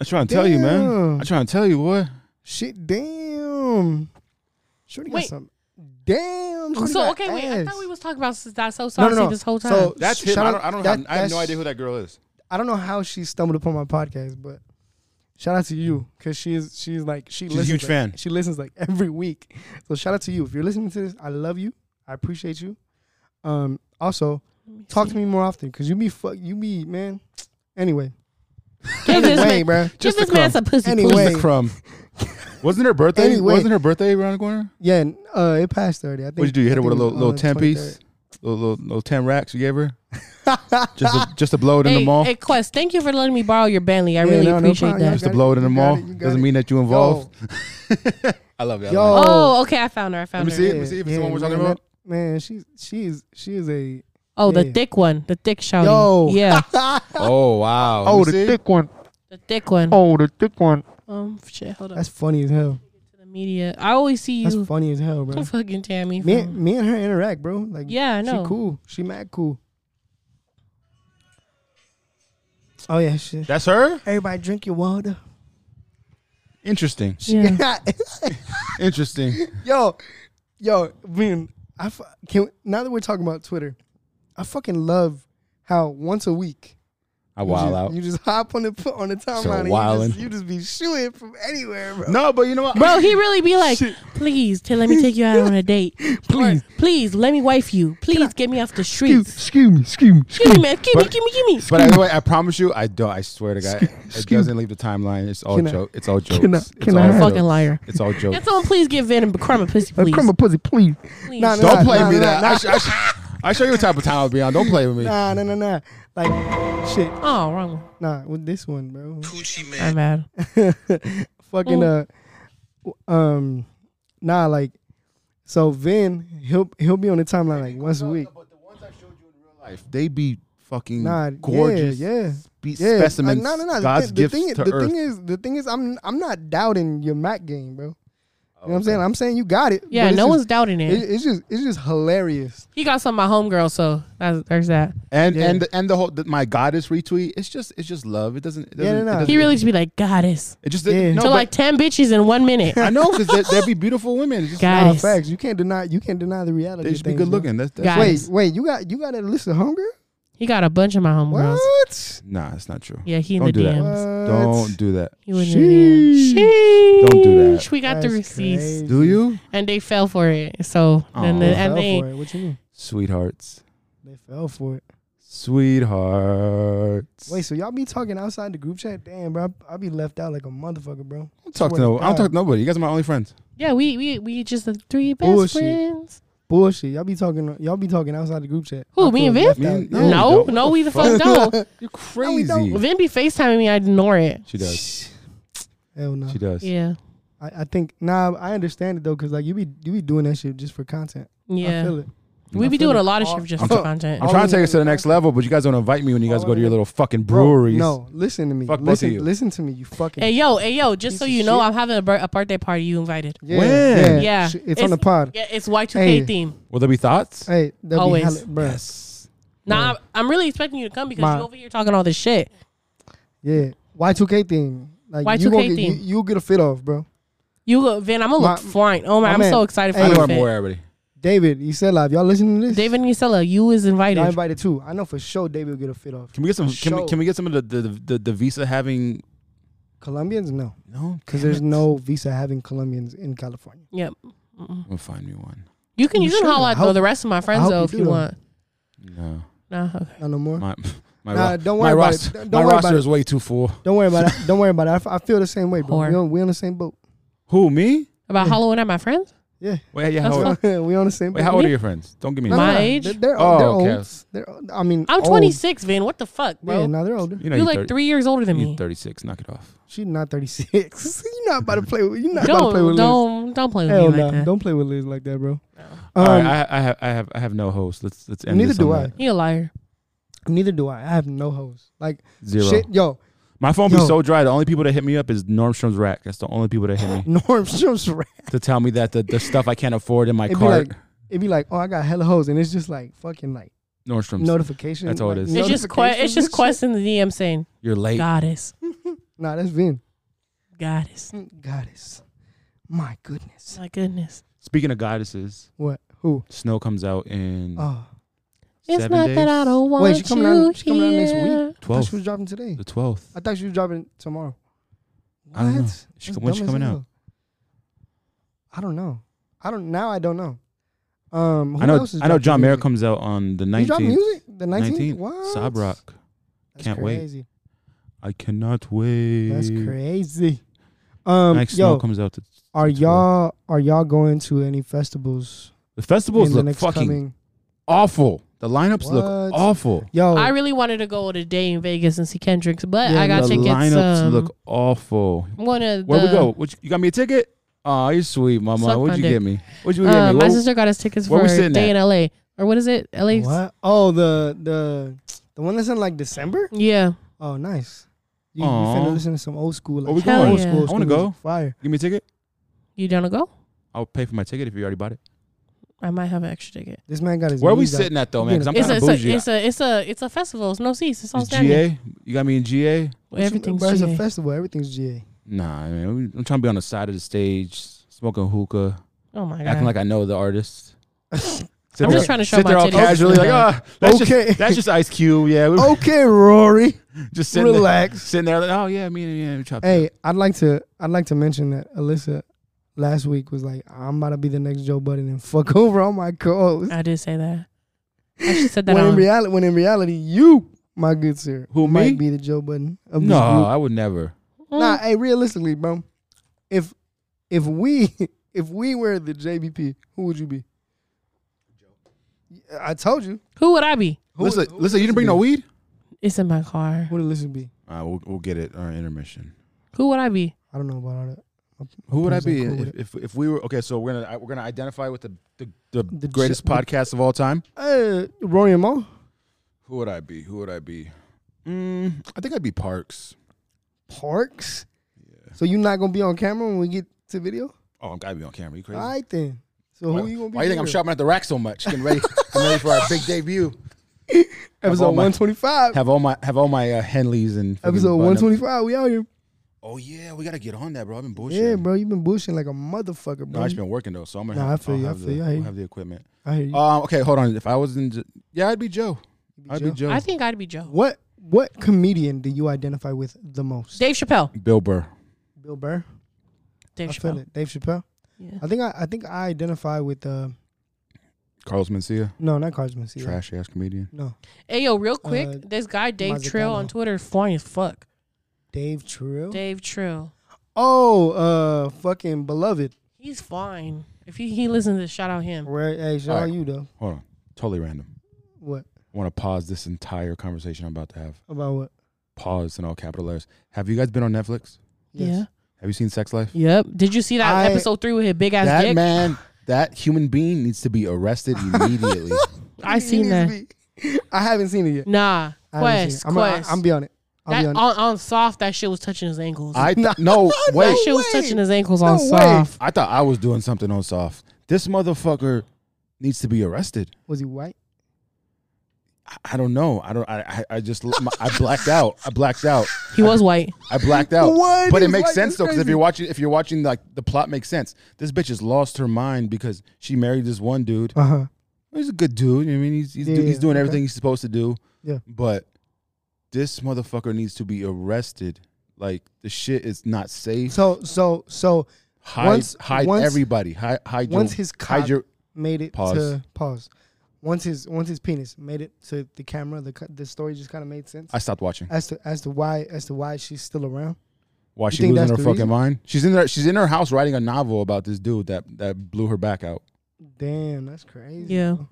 [SPEAKER 3] I'm trying to tell you, man.
[SPEAKER 1] Damn.
[SPEAKER 3] I'm trying to tell you, boy.
[SPEAKER 1] shit, damn. Shorty got
[SPEAKER 2] Wait.
[SPEAKER 1] some. Damn. Shorty
[SPEAKER 2] So
[SPEAKER 1] got
[SPEAKER 2] okay, wait. I
[SPEAKER 1] ass.
[SPEAKER 2] thought we was talking about s- that so
[SPEAKER 1] No,
[SPEAKER 2] saucy
[SPEAKER 1] no, no.
[SPEAKER 2] this whole time.
[SPEAKER 1] So
[SPEAKER 3] That's
[SPEAKER 1] sh-
[SPEAKER 3] him.
[SPEAKER 1] shout
[SPEAKER 3] I don't.
[SPEAKER 1] out-
[SPEAKER 3] I don't
[SPEAKER 1] that-
[SPEAKER 3] have. I have no
[SPEAKER 1] that's-
[SPEAKER 3] idea who that girl is.
[SPEAKER 1] I don't know how she stumbled upon my podcast, but shout out to you because she is she's like she
[SPEAKER 3] She's a
[SPEAKER 1] listens
[SPEAKER 3] huge
[SPEAKER 1] like-
[SPEAKER 3] fan.
[SPEAKER 1] She listens like every week, so shout out to you if you're listening to this. I love you. I appreciate you. Um, also
[SPEAKER 2] Let me
[SPEAKER 1] talk
[SPEAKER 2] see.
[SPEAKER 1] to me more often because you be fuck you be man. Anyway,
[SPEAKER 2] Give this
[SPEAKER 1] anyway,
[SPEAKER 2] man,
[SPEAKER 1] bruh.
[SPEAKER 2] give
[SPEAKER 3] Just the
[SPEAKER 2] this man some
[SPEAKER 3] crumb.
[SPEAKER 2] pussy.
[SPEAKER 1] Anyway.
[SPEAKER 2] please.
[SPEAKER 3] Where's
[SPEAKER 1] Wait.
[SPEAKER 3] the crumb? Wasn't her birthday?
[SPEAKER 1] Anyway.
[SPEAKER 3] Wasn't her birthday around the corner?
[SPEAKER 1] Yeah, n- uh, it passed thirty. I think. uh,
[SPEAKER 3] What'd you do? You hit her with a little little ten
[SPEAKER 1] piece.
[SPEAKER 3] piece, little, little little ten racks you gave her, just to, just to blow it in
[SPEAKER 2] Hey,
[SPEAKER 3] the mall.
[SPEAKER 2] hey, Quest, thank you for letting me borrow your Bentley. I
[SPEAKER 1] Yeah,
[SPEAKER 2] really
[SPEAKER 1] no, no
[SPEAKER 2] appreciate
[SPEAKER 1] problem.
[SPEAKER 2] that.
[SPEAKER 1] Y'all
[SPEAKER 3] just to
[SPEAKER 1] got
[SPEAKER 3] blow
[SPEAKER 1] it.
[SPEAKER 3] it in the
[SPEAKER 1] You got
[SPEAKER 3] mall
[SPEAKER 1] it. You got
[SPEAKER 3] doesn't
[SPEAKER 1] it.
[SPEAKER 3] mean that you involved. I love that.
[SPEAKER 1] Yo.
[SPEAKER 3] line.
[SPEAKER 2] Oh, okay, I found her. I found
[SPEAKER 3] me
[SPEAKER 2] her.
[SPEAKER 3] see it. Let me see if it's the one we're talking
[SPEAKER 1] man,
[SPEAKER 3] about.
[SPEAKER 1] that- Man, she's she is she is a
[SPEAKER 2] Oh, the
[SPEAKER 1] Yeah.
[SPEAKER 2] thick one, the thick shouty.
[SPEAKER 1] Yo.
[SPEAKER 2] yeah,
[SPEAKER 3] Oh wow. Let
[SPEAKER 1] oh
[SPEAKER 3] me
[SPEAKER 1] the
[SPEAKER 3] see.
[SPEAKER 1] thick one.
[SPEAKER 2] the thick one.
[SPEAKER 1] Oh the thick one.
[SPEAKER 2] Um, shit, hold on.
[SPEAKER 1] That's funny as hell.
[SPEAKER 2] to the media. I always see
[SPEAKER 1] That's
[SPEAKER 2] you,
[SPEAKER 1] funny as hell, bro.
[SPEAKER 2] fucking Tammy.
[SPEAKER 1] Me,
[SPEAKER 2] from-
[SPEAKER 1] me and her interact, bro. Like,
[SPEAKER 2] yeah, I know.
[SPEAKER 1] she cool. She mad cool. Oh yeah, shit. Oh,
[SPEAKER 3] That's her.
[SPEAKER 1] Everybody drink your water.
[SPEAKER 3] Interesting.
[SPEAKER 2] Yeah.
[SPEAKER 3] Interesting.
[SPEAKER 1] yo, yo, man, I fu- can. Now that we're talking about Twitter, I fucking love how once a week
[SPEAKER 3] I
[SPEAKER 1] you
[SPEAKER 3] wild
[SPEAKER 1] just,
[SPEAKER 3] out.
[SPEAKER 1] you just hop on the pu- on the timeline and you
[SPEAKER 3] wildin'.
[SPEAKER 1] just, you just be shooting from anywhere, bro.
[SPEAKER 3] No, but you know what?
[SPEAKER 2] Bro, he really be like,
[SPEAKER 1] Shit.
[SPEAKER 2] please, to let me take you out on a date.
[SPEAKER 1] Please.
[SPEAKER 2] Or, please, let me wife you. Please, get me off the
[SPEAKER 1] Excuse,
[SPEAKER 2] streets.
[SPEAKER 1] excuse me, excuse me, excuse
[SPEAKER 2] Give
[SPEAKER 1] me.
[SPEAKER 2] me, man. Give me,
[SPEAKER 3] But-
[SPEAKER 2] give me, give me.
[SPEAKER 3] But anyway, I promise you, I don't. I swear to God, it
[SPEAKER 1] excuse-
[SPEAKER 3] doesn't leave the timeline. It's all
[SPEAKER 1] Can I-
[SPEAKER 3] joke. It's all jokes.
[SPEAKER 1] can I-
[SPEAKER 3] it's
[SPEAKER 1] can I
[SPEAKER 3] all
[SPEAKER 1] have-
[SPEAKER 3] jokes.
[SPEAKER 2] Fucking liar.
[SPEAKER 3] It's all
[SPEAKER 2] Can
[SPEAKER 3] jokes.
[SPEAKER 2] someone please give Venom a crumb a pussy,
[SPEAKER 1] A
[SPEAKER 2] please?
[SPEAKER 1] crumb of pussy, please.
[SPEAKER 2] Please.
[SPEAKER 1] Nah, nah,
[SPEAKER 3] Don't play
[SPEAKER 1] nah,
[SPEAKER 3] with me.
[SPEAKER 1] nah,
[SPEAKER 3] That
[SPEAKER 1] nah.
[SPEAKER 3] I, sh- I, sh- I show you what type of time I'll be on. Don't play with me.
[SPEAKER 1] Nah, nah, nah, nah. Like shit.
[SPEAKER 2] Oh, wrong one.
[SPEAKER 1] Nah, with this one, bro.
[SPEAKER 2] I'm mad.
[SPEAKER 1] fucking uh
[SPEAKER 2] Mm.
[SPEAKER 1] w- um nah like so Vin he'll he'll be on the timeline like once a week.
[SPEAKER 3] But the ones I showed you in real life, they be fucking
[SPEAKER 1] Nah,
[SPEAKER 3] gorgeous.
[SPEAKER 1] yeah, yeah.
[SPEAKER 3] Be
[SPEAKER 1] Yeah,
[SPEAKER 3] specimens.
[SPEAKER 1] like, no, no, no.
[SPEAKER 3] God's
[SPEAKER 1] the, thi- the
[SPEAKER 3] gifts
[SPEAKER 1] thing, is-
[SPEAKER 3] to
[SPEAKER 1] the
[SPEAKER 3] earth.
[SPEAKER 1] thing is, the thing is, I'm I'm not doubting your Mac game, bro. You know what I'm
[SPEAKER 3] Okay.
[SPEAKER 1] saying? I'm saying you got it.
[SPEAKER 2] Yeah,
[SPEAKER 1] but it's
[SPEAKER 2] no
[SPEAKER 1] just-
[SPEAKER 2] one's doubting it.
[SPEAKER 1] It, it's just it's just hilarious.
[SPEAKER 2] He got some of my homegirl, so that's, there's that.
[SPEAKER 3] and
[SPEAKER 1] Yeah.
[SPEAKER 3] and and the whole the, my goddess retweet. It's just it's just love. It doesn't. It
[SPEAKER 1] Yeah,
[SPEAKER 3] doesn't,
[SPEAKER 1] no, no.
[SPEAKER 3] It, doesn't
[SPEAKER 2] He really just be like, goddess.
[SPEAKER 3] it just
[SPEAKER 1] Yeah.
[SPEAKER 3] no,
[SPEAKER 2] to
[SPEAKER 3] but
[SPEAKER 2] like 10 bitches in one minute.
[SPEAKER 3] I know because they would be beautiful women. It's just-
[SPEAKER 1] Nah,
[SPEAKER 2] Goddess.
[SPEAKER 1] facts. You can't deny you can't deny the reality.
[SPEAKER 3] they
[SPEAKER 1] of
[SPEAKER 3] should be
[SPEAKER 1] things,
[SPEAKER 3] good
[SPEAKER 1] bro.
[SPEAKER 3] looking. That's, that's
[SPEAKER 2] Guys.
[SPEAKER 1] Wait, wait. You got you got a list of hunger?
[SPEAKER 2] He got a bunch of my homegirls.
[SPEAKER 1] What?
[SPEAKER 3] Nah, it's not true.
[SPEAKER 2] Yeah, he in
[SPEAKER 3] Don't
[SPEAKER 2] the
[SPEAKER 3] do that.
[SPEAKER 2] DMs.
[SPEAKER 3] Don't do that.
[SPEAKER 2] He was in the DMs.
[SPEAKER 3] Sheesh. Don't do that.
[SPEAKER 2] Sheesh, We got the receipts.
[SPEAKER 3] Do you,
[SPEAKER 2] And they fell for it. So,
[SPEAKER 3] Aw.
[SPEAKER 2] and,
[SPEAKER 1] They
[SPEAKER 2] the, and
[SPEAKER 1] fell
[SPEAKER 2] they,
[SPEAKER 1] for it. What you mean?
[SPEAKER 3] sweethearts?
[SPEAKER 1] They fell for it.
[SPEAKER 3] Sweethearts.
[SPEAKER 1] Wait, so y'all be talking outside the group chat? Damn, bro, I, I be left out like a motherfucker, bro.
[SPEAKER 3] I don't talk to
[SPEAKER 1] swear to
[SPEAKER 3] no. I don't
[SPEAKER 1] God.
[SPEAKER 3] talk to nobody. You guys are my only friends.
[SPEAKER 2] yeah, we, we, we just the three best
[SPEAKER 1] Bullshit.
[SPEAKER 2] friends.
[SPEAKER 1] Bullshit. Y'all be talking. Y'all be talking outside the group chat.
[SPEAKER 2] Who,
[SPEAKER 1] I
[SPEAKER 2] me
[SPEAKER 1] feel
[SPEAKER 2] and Viv?
[SPEAKER 1] left
[SPEAKER 3] Me
[SPEAKER 1] out.
[SPEAKER 3] and-
[SPEAKER 1] Yeah.
[SPEAKER 2] No,
[SPEAKER 3] No, we
[SPEAKER 2] no,
[SPEAKER 3] don't.
[SPEAKER 2] we the
[SPEAKER 3] What the
[SPEAKER 2] fuck don't.
[SPEAKER 1] No, we
[SPEAKER 3] You're crazy.
[SPEAKER 1] don't.
[SPEAKER 2] Vin be FaceTiming me, I ignore it.
[SPEAKER 3] she does.
[SPEAKER 1] Hell no.
[SPEAKER 3] She does.
[SPEAKER 2] Yeah.
[SPEAKER 1] I, I think nah. I understand it though, cause like you be you be doing that shit just for content. I
[SPEAKER 2] Yeah.
[SPEAKER 1] feel it.
[SPEAKER 2] We
[SPEAKER 1] I
[SPEAKER 2] be
[SPEAKER 1] feel
[SPEAKER 2] doing
[SPEAKER 1] it.
[SPEAKER 2] a lot of
[SPEAKER 1] All-
[SPEAKER 2] shit just
[SPEAKER 3] I'm
[SPEAKER 2] for
[SPEAKER 3] trying-
[SPEAKER 2] content.
[SPEAKER 3] I'm
[SPEAKER 1] all
[SPEAKER 3] trying
[SPEAKER 1] of
[SPEAKER 3] to take it
[SPEAKER 1] them
[SPEAKER 3] to the
[SPEAKER 1] in
[SPEAKER 3] next
[SPEAKER 1] content.
[SPEAKER 3] level, but you guys don't invite me when you guys
[SPEAKER 1] All
[SPEAKER 3] go
[SPEAKER 1] of
[SPEAKER 3] to your
[SPEAKER 1] them.
[SPEAKER 3] little fucking
[SPEAKER 1] Oh, Bro,
[SPEAKER 3] breweries.
[SPEAKER 1] No, listen to me.
[SPEAKER 3] Fuck both of
[SPEAKER 1] listen,
[SPEAKER 3] you.
[SPEAKER 1] listen to me. You fucking.
[SPEAKER 2] Hey, yo, hey, yo, just
[SPEAKER 1] Piece
[SPEAKER 2] so
[SPEAKER 1] of
[SPEAKER 2] you know,
[SPEAKER 1] shit.
[SPEAKER 2] I'm having a, bir- a birthday party. You invited.
[SPEAKER 1] yeah,
[SPEAKER 3] When?
[SPEAKER 1] yeah,
[SPEAKER 2] Yeah.
[SPEAKER 1] Sh- It's, on the pod.
[SPEAKER 2] Yeah, it's Y2K
[SPEAKER 1] Hey.
[SPEAKER 2] theme.
[SPEAKER 3] Will there be thoughts?
[SPEAKER 1] Hey, that'd
[SPEAKER 2] Always.
[SPEAKER 1] be hella, bro.
[SPEAKER 3] Yes.
[SPEAKER 2] Nah, I'm- I'm really expecting you to come because
[SPEAKER 1] My-
[SPEAKER 2] you over here talking all this shit.
[SPEAKER 1] Yeah, Y two K theme. Like you
[SPEAKER 2] Y2K
[SPEAKER 1] gonna get,
[SPEAKER 2] theme.
[SPEAKER 1] You, you'll get a fit off, bro.
[SPEAKER 2] You go, Vin. I'm gonna look
[SPEAKER 1] My-
[SPEAKER 2] flying. Oh
[SPEAKER 1] my
[SPEAKER 2] man, I'm
[SPEAKER 1] man.
[SPEAKER 2] so excited for
[SPEAKER 1] Hey.
[SPEAKER 3] I know
[SPEAKER 2] your
[SPEAKER 3] I'm
[SPEAKER 2] fit.
[SPEAKER 3] aware already.
[SPEAKER 1] David, you said live. Y'all listening to this?
[SPEAKER 2] David Nisella, you is invited.
[SPEAKER 1] Y'all invited too. I know for sure David will get a fit off.
[SPEAKER 3] Can we get some?
[SPEAKER 1] For
[SPEAKER 3] Can we,
[SPEAKER 1] sure.
[SPEAKER 3] can we get some of the the, the, the visa having?
[SPEAKER 1] Colombians? No.
[SPEAKER 3] No,
[SPEAKER 1] Because there's no visa having Colombians in California.
[SPEAKER 2] Yep. Mm-mm.
[SPEAKER 3] I'm gonna find me one.
[SPEAKER 2] You can
[SPEAKER 1] You
[SPEAKER 2] you can
[SPEAKER 1] should.
[SPEAKER 2] holler
[SPEAKER 1] I
[SPEAKER 2] at though
[SPEAKER 1] hope-
[SPEAKER 2] the rest of my
[SPEAKER 1] I
[SPEAKER 2] friends
[SPEAKER 1] hope
[SPEAKER 2] though
[SPEAKER 1] you
[SPEAKER 2] if
[SPEAKER 1] do
[SPEAKER 2] you
[SPEAKER 1] though.
[SPEAKER 2] want.
[SPEAKER 3] No,
[SPEAKER 2] Nah, okay.
[SPEAKER 1] Not no more.
[SPEAKER 3] my my
[SPEAKER 1] Nah,
[SPEAKER 3] ro-
[SPEAKER 1] don't worry
[SPEAKER 3] my
[SPEAKER 1] about it.
[SPEAKER 3] roster,
[SPEAKER 1] Don't-
[SPEAKER 3] my
[SPEAKER 1] don't worry
[SPEAKER 3] roster
[SPEAKER 1] about
[SPEAKER 3] is way too full.
[SPEAKER 1] Don't worry about it. Don't worry about it. I f- I feel the same way, bro.
[SPEAKER 2] Whore.
[SPEAKER 1] We on, we on the same boat.
[SPEAKER 3] Who me?
[SPEAKER 2] About
[SPEAKER 1] Yeah.
[SPEAKER 2] hollowing at my friends.
[SPEAKER 1] Yeah.
[SPEAKER 3] Wait, yeah,
[SPEAKER 2] That's
[SPEAKER 3] how,
[SPEAKER 2] fine.
[SPEAKER 3] old-
[SPEAKER 1] we on the same
[SPEAKER 3] wait,
[SPEAKER 1] boat.
[SPEAKER 3] how old are your friends? Don't give me.
[SPEAKER 2] My
[SPEAKER 3] that.
[SPEAKER 2] age?
[SPEAKER 1] They're, they're,
[SPEAKER 3] Oh,
[SPEAKER 1] they're
[SPEAKER 3] okay.
[SPEAKER 1] old. They're, old. I mean,
[SPEAKER 2] I'm
[SPEAKER 1] old.
[SPEAKER 2] 26, Vin. What the fuck, bro?
[SPEAKER 1] Yeah, now they're older.
[SPEAKER 3] You know
[SPEAKER 2] You're
[SPEAKER 3] you're
[SPEAKER 2] like
[SPEAKER 3] 30,
[SPEAKER 2] three years older than
[SPEAKER 3] you're
[SPEAKER 2] me.
[SPEAKER 3] 36. Knock it off.
[SPEAKER 1] She's not 36. you're not about to play with. You're not about to play
[SPEAKER 2] Don't
[SPEAKER 1] with Liz.
[SPEAKER 2] don't don't play with
[SPEAKER 1] Hell
[SPEAKER 2] me
[SPEAKER 1] no.
[SPEAKER 2] like that.
[SPEAKER 1] Don't play with Liz like that, bro.
[SPEAKER 3] All right,
[SPEAKER 1] Um,
[SPEAKER 3] I, I have I have I have no host. Let's let's end.
[SPEAKER 1] Neither
[SPEAKER 3] this
[SPEAKER 1] do
[SPEAKER 3] on
[SPEAKER 1] I.
[SPEAKER 3] that.
[SPEAKER 2] He a liar.
[SPEAKER 1] Neither do I. I have no hoes. Like
[SPEAKER 3] Zero.
[SPEAKER 1] shit, yo.
[SPEAKER 3] My phone be
[SPEAKER 1] Yo.
[SPEAKER 3] so dry. The only people that hit me up is Normstrom's rack. That's the only people that hit me
[SPEAKER 1] Norm Strom's right.
[SPEAKER 3] to tell me that the, the stuff I can't afford in my
[SPEAKER 1] It'd be
[SPEAKER 3] cart.
[SPEAKER 1] like, it'd be like, oh, I got hella hoes, and it's just like fucking like
[SPEAKER 3] Nordstrom's.
[SPEAKER 1] notification.
[SPEAKER 3] That's all it
[SPEAKER 1] like,
[SPEAKER 3] is.
[SPEAKER 2] It's just que-
[SPEAKER 1] notifications
[SPEAKER 2] it's just
[SPEAKER 1] and
[SPEAKER 2] Quest in the DM saying
[SPEAKER 3] You're late.
[SPEAKER 2] goddess,
[SPEAKER 1] shit. Nah, that's Vin.
[SPEAKER 2] goddess.
[SPEAKER 1] Mm, Goddess. My goodness.
[SPEAKER 2] My goodness,
[SPEAKER 3] Speaking of goddesses,
[SPEAKER 1] What? Who?
[SPEAKER 3] Snow comes out in
[SPEAKER 1] Oh,
[SPEAKER 2] it's
[SPEAKER 3] Seven
[SPEAKER 2] not that
[SPEAKER 3] days?
[SPEAKER 2] I don't want
[SPEAKER 1] Wait, she coming out-
[SPEAKER 2] you
[SPEAKER 1] she coming out next week?
[SPEAKER 2] here.
[SPEAKER 1] I thought she
[SPEAKER 3] 12th,
[SPEAKER 1] was dropping today.
[SPEAKER 3] the 12th.
[SPEAKER 1] I thought she was dropping tomorrow.
[SPEAKER 3] I don't know.
[SPEAKER 1] What?
[SPEAKER 3] She-
[SPEAKER 1] That's
[SPEAKER 3] when's she
[SPEAKER 1] dumb as
[SPEAKER 3] coming out?
[SPEAKER 1] hell. I don't know. I don't now. I don't know. Um, who
[SPEAKER 3] I know.
[SPEAKER 1] Else is
[SPEAKER 3] I know.
[SPEAKER 1] dropping
[SPEAKER 3] John Mayer
[SPEAKER 1] music?
[SPEAKER 3] comes out on the
[SPEAKER 1] He dropped
[SPEAKER 3] nineteenth.
[SPEAKER 1] music. The nineteenth. What?
[SPEAKER 3] Sob Rock.
[SPEAKER 1] That's
[SPEAKER 3] Can't wait.
[SPEAKER 1] crazy.
[SPEAKER 3] I cannot wait.
[SPEAKER 1] That's crazy. Um,
[SPEAKER 3] Next
[SPEAKER 1] yo,
[SPEAKER 3] Snow comes out. To,
[SPEAKER 1] are
[SPEAKER 3] it's
[SPEAKER 1] y'all are y'all going to any festivals
[SPEAKER 3] the festivals
[SPEAKER 1] in the
[SPEAKER 3] look
[SPEAKER 1] next
[SPEAKER 3] fucking
[SPEAKER 1] coming?
[SPEAKER 3] awful. The lineups look
[SPEAKER 1] What?
[SPEAKER 3] awful.
[SPEAKER 1] Yo,
[SPEAKER 2] I really wanted to go on a day in Vegas and see Kendrick's, but
[SPEAKER 1] Yeah,
[SPEAKER 2] I got
[SPEAKER 3] Oh. the
[SPEAKER 2] tickets.
[SPEAKER 3] lineups
[SPEAKER 2] um,
[SPEAKER 3] look awful.
[SPEAKER 2] I'm going to
[SPEAKER 3] Where
[SPEAKER 2] the,
[SPEAKER 3] we go? What you, you got me a ticket? Oh, you're sweet, mama.
[SPEAKER 2] Suck
[SPEAKER 3] What'd
[SPEAKER 2] my
[SPEAKER 3] you
[SPEAKER 2] dick.
[SPEAKER 3] get me? What'd you get
[SPEAKER 2] Uh,
[SPEAKER 3] me?
[SPEAKER 2] my
[SPEAKER 3] What-
[SPEAKER 2] sister got us tickets
[SPEAKER 3] where
[SPEAKER 2] for
[SPEAKER 3] we
[SPEAKER 2] a
[SPEAKER 3] sitting
[SPEAKER 2] day in
[SPEAKER 3] at?
[SPEAKER 2] LA. Or what is it? LA?
[SPEAKER 1] what? Oh, the the the one that's in like December.
[SPEAKER 2] Yeah.
[SPEAKER 1] Oh, nice. You, you
[SPEAKER 3] Aw.
[SPEAKER 1] finna listen to some old school. Like,
[SPEAKER 3] Where we
[SPEAKER 2] Hell
[SPEAKER 3] going?
[SPEAKER 1] old
[SPEAKER 2] yeah.
[SPEAKER 1] school, old
[SPEAKER 3] I wanna
[SPEAKER 1] school
[SPEAKER 3] go.
[SPEAKER 1] music. Fire.
[SPEAKER 3] Give me a ticket.
[SPEAKER 2] You down to go?
[SPEAKER 3] I'll pay for my ticket if you already bought it.
[SPEAKER 2] I might have an extra ticket.
[SPEAKER 1] This man got his.
[SPEAKER 3] Where are we
[SPEAKER 1] knees out.
[SPEAKER 3] sitting at though,
[SPEAKER 1] You
[SPEAKER 3] man? Because I'm
[SPEAKER 1] being
[SPEAKER 2] It's
[SPEAKER 3] kind
[SPEAKER 2] a,
[SPEAKER 3] of
[SPEAKER 2] it's,
[SPEAKER 3] bougie.
[SPEAKER 2] a, it's a it's a it's a festival. It's no seats. It's all
[SPEAKER 3] It's
[SPEAKER 2] standing.
[SPEAKER 3] GA. You got me in GA.
[SPEAKER 1] What you mean,
[SPEAKER 2] Everything's
[SPEAKER 1] bro, It's
[SPEAKER 2] GA.
[SPEAKER 1] a festival. Everything's GA.
[SPEAKER 3] Nah, I mean, I'm trying to be on the side of the stage, smoking hookah,
[SPEAKER 2] Oh my god.
[SPEAKER 3] acting like I know the artist.
[SPEAKER 2] I'm just trying to show
[SPEAKER 3] sit
[SPEAKER 2] my
[SPEAKER 3] there all
[SPEAKER 2] titties.
[SPEAKER 3] casually, like, ah, that's
[SPEAKER 1] Okay.
[SPEAKER 3] just that's just Ice Cube. Yeah, we
[SPEAKER 1] okay, Rory,
[SPEAKER 3] just sitting there,
[SPEAKER 1] relax.
[SPEAKER 3] sitting there, like, oh yeah, me and yeah, we chopped it
[SPEAKER 1] Hey,
[SPEAKER 3] up.
[SPEAKER 1] I'd like to I'd like to mention that Alyssa last week was like, I'm about to be the next Joe Budden and fuck over all my co-hosts.
[SPEAKER 2] I did say that. I should said that
[SPEAKER 1] when in
[SPEAKER 2] on-
[SPEAKER 1] reality, when in reality, you, my good sir,
[SPEAKER 3] Who,
[SPEAKER 1] might
[SPEAKER 3] me?
[SPEAKER 1] be the Joe Budden of this
[SPEAKER 3] No,
[SPEAKER 1] group.
[SPEAKER 3] I would never.
[SPEAKER 2] Mm.
[SPEAKER 1] Nah, hey, realistically, bro, if if we if we were the JBP, who would you be? Yeah, I told you.
[SPEAKER 2] Who would I be?
[SPEAKER 1] Who
[SPEAKER 3] listen,
[SPEAKER 1] would- who
[SPEAKER 3] listen,
[SPEAKER 1] would
[SPEAKER 3] you didn't bring
[SPEAKER 1] be?
[SPEAKER 3] no weed.
[SPEAKER 2] It's in my car.
[SPEAKER 1] Who would Alyssa be?
[SPEAKER 3] Uh, we'll, we'll get it. Our intermission.
[SPEAKER 2] Who would I be?
[SPEAKER 1] I don't know about all that.
[SPEAKER 3] Who would I
[SPEAKER 1] Who's that
[SPEAKER 3] be
[SPEAKER 1] cool
[SPEAKER 3] if,
[SPEAKER 1] with
[SPEAKER 3] if if we were okay? So we're gonna we're gonna identify with the the, the,
[SPEAKER 1] The
[SPEAKER 3] greatest
[SPEAKER 1] j- the-
[SPEAKER 3] podcast of all time.
[SPEAKER 1] Uh, Rory and Mo,
[SPEAKER 3] Who would I be? Who would I be? Mm, I think I'd be Parks.
[SPEAKER 1] Parks.
[SPEAKER 3] Yeah.
[SPEAKER 1] So you not gonna be on camera when we get to video?
[SPEAKER 3] Oh, I'm gotta be on camera. You crazy?
[SPEAKER 1] All right then. So
[SPEAKER 3] why,
[SPEAKER 1] who you gonna be?
[SPEAKER 3] why you think I'm
[SPEAKER 1] for?
[SPEAKER 3] shopping at the rack so much? Getting ready, getting ready for our big debut.
[SPEAKER 1] Episode
[SPEAKER 3] all my-
[SPEAKER 1] one twenty five.
[SPEAKER 3] Have all my have all my uh, Henleys and fucking
[SPEAKER 1] Episode
[SPEAKER 3] button
[SPEAKER 1] one
[SPEAKER 3] up-
[SPEAKER 1] twenty five. We out here.
[SPEAKER 3] Oh yeah, we gotta get on that, bro. I've been bullshit.
[SPEAKER 1] Yeah, bro, you been bushing like a motherfucker,
[SPEAKER 3] No,
[SPEAKER 1] bro.
[SPEAKER 3] I just been working though, so I'm gonna
[SPEAKER 1] Nah,
[SPEAKER 3] have,
[SPEAKER 1] I feel
[SPEAKER 3] I'll
[SPEAKER 1] you, I
[SPEAKER 3] have
[SPEAKER 1] feel
[SPEAKER 3] the,
[SPEAKER 1] you, I hear
[SPEAKER 3] we'll
[SPEAKER 1] you.
[SPEAKER 3] have the equipment.
[SPEAKER 1] I hear you.
[SPEAKER 3] Um, okay, hold on. If I was in, J- yeah, I'd be Joe.
[SPEAKER 1] You
[SPEAKER 3] I'd be
[SPEAKER 1] Joe.
[SPEAKER 3] Joe.
[SPEAKER 2] I think I'd be Joe.
[SPEAKER 1] What what comedian do you identify with the most?
[SPEAKER 2] Dave Chappelle.
[SPEAKER 3] Bill Burr.
[SPEAKER 1] Bill Burr.
[SPEAKER 2] Dave
[SPEAKER 1] I feel
[SPEAKER 2] Chappelle.
[SPEAKER 1] it. Dave Chappelle.
[SPEAKER 2] Yeah.
[SPEAKER 1] I think I, I think I identify with uh
[SPEAKER 3] Carlos Mencia.
[SPEAKER 1] no not Carson Mencia.
[SPEAKER 3] Trash ass comedian.
[SPEAKER 1] No,
[SPEAKER 2] Hey yo, real quick,
[SPEAKER 1] Uh,
[SPEAKER 2] this guy Dave
[SPEAKER 1] Mazzagano.
[SPEAKER 2] Trill on Twitter is flying as fuck.
[SPEAKER 1] Dave Trill.
[SPEAKER 2] Dave Trill.
[SPEAKER 1] Oh, uh, fucking beloved.
[SPEAKER 2] He's fine. If he, he listens to this, shout out him.
[SPEAKER 1] Where hey, shout out
[SPEAKER 3] Alright.
[SPEAKER 1] you though.
[SPEAKER 3] Hold on. Totally random.
[SPEAKER 1] What
[SPEAKER 3] I want to pause this entire conversation I'm about to have.
[SPEAKER 1] about what?
[SPEAKER 3] Pause in all capital letters. Have you guys been on Netflix? Have you seen Sex Life?
[SPEAKER 2] Yeah. Yep. Did you see that
[SPEAKER 1] I-
[SPEAKER 2] episode three with his big ass
[SPEAKER 3] that
[SPEAKER 2] dick?
[SPEAKER 3] man, that human being needs to be arrested immediately.
[SPEAKER 2] I seen that.
[SPEAKER 1] I haven't seen it yet.
[SPEAKER 2] Nah.
[SPEAKER 1] I haven't seen
[SPEAKER 2] Quest.
[SPEAKER 1] it. I'm,
[SPEAKER 2] Quest.
[SPEAKER 1] I, am be on it. I'll
[SPEAKER 2] that,
[SPEAKER 1] be
[SPEAKER 2] on,
[SPEAKER 1] on it.
[SPEAKER 2] on soft, that shit was touching his ankles.
[SPEAKER 3] I no wait.
[SPEAKER 2] that shit was
[SPEAKER 1] way.
[SPEAKER 2] touching his ankles
[SPEAKER 1] No
[SPEAKER 2] on
[SPEAKER 1] way.
[SPEAKER 2] soft.
[SPEAKER 3] I thought I was doing something on soft. This motherfucker needs to be arrested.
[SPEAKER 1] Was he white?
[SPEAKER 3] I- I don't know. I don't. I. I, I just. my- I blacked out. I blacked out.
[SPEAKER 2] He was white.
[SPEAKER 3] I blacked out.
[SPEAKER 1] What?
[SPEAKER 3] But it
[SPEAKER 1] He's
[SPEAKER 3] makes
[SPEAKER 1] like,
[SPEAKER 3] sense
[SPEAKER 1] that's
[SPEAKER 3] though, because if
[SPEAKER 1] crazy.
[SPEAKER 3] you're watching, if you're watching, like the plot makes sense. This bitch has lost her mind because she married this one dude.
[SPEAKER 1] Uh huh.
[SPEAKER 3] He's a good dude. I mean, he's he's,
[SPEAKER 1] Yeah,
[SPEAKER 3] do, he's
[SPEAKER 1] yeah,
[SPEAKER 3] doing
[SPEAKER 1] okay.
[SPEAKER 3] everything he's supposed to do.
[SPEAKER 1] Yeah.
[SPEAKER 3] But this motherfucker needs to be arrested. Like the shit is not safe.
[SPEAKER 1] So so so
[SPEAKER 3] Hide,
[SPEAKER 1] once-
[SPEAKER 3] hide
[SPEAKER 1] once-
[SPEAKER 3] everybody. Hide, hide
[SPEAKER 1] once
[SPEAKER 3] your,
[SPEAKER 1] his
[SPEAKER 3] hide
[SPEAKER 1] cock
[SPEAKER 3] your.
[SPEAKER 1] made it
[SPEAKER 3] Pause.
[SPEAKER 1] to pause. Once his once his penis made it to the camera, the co- the story just kind of made sense
[SPEAKER 3] I stopped watching.
[SPEAKER 1] as to as to why as to why she's still around.
[SPEAKER 3] Why
[SPEAKER 1] You
[SPEAKER 3] she
[SPEAKER 1] think
[SPEAKER 3] losing
[SPEAKER 1] that's
[SPEAKER 3] her
[SPEAKER 1] the
[SPEAKER 3] fucking
[SPEAKER 1] reason?
[SPEAKER 3] mind? She's in there. She's in her house writing a novel about this dude that that blew her back out.
[SPEAKER 1] Damn, that's crazy.
[SPEAKER 2] Yeah.
[SPEAKER 1] bro.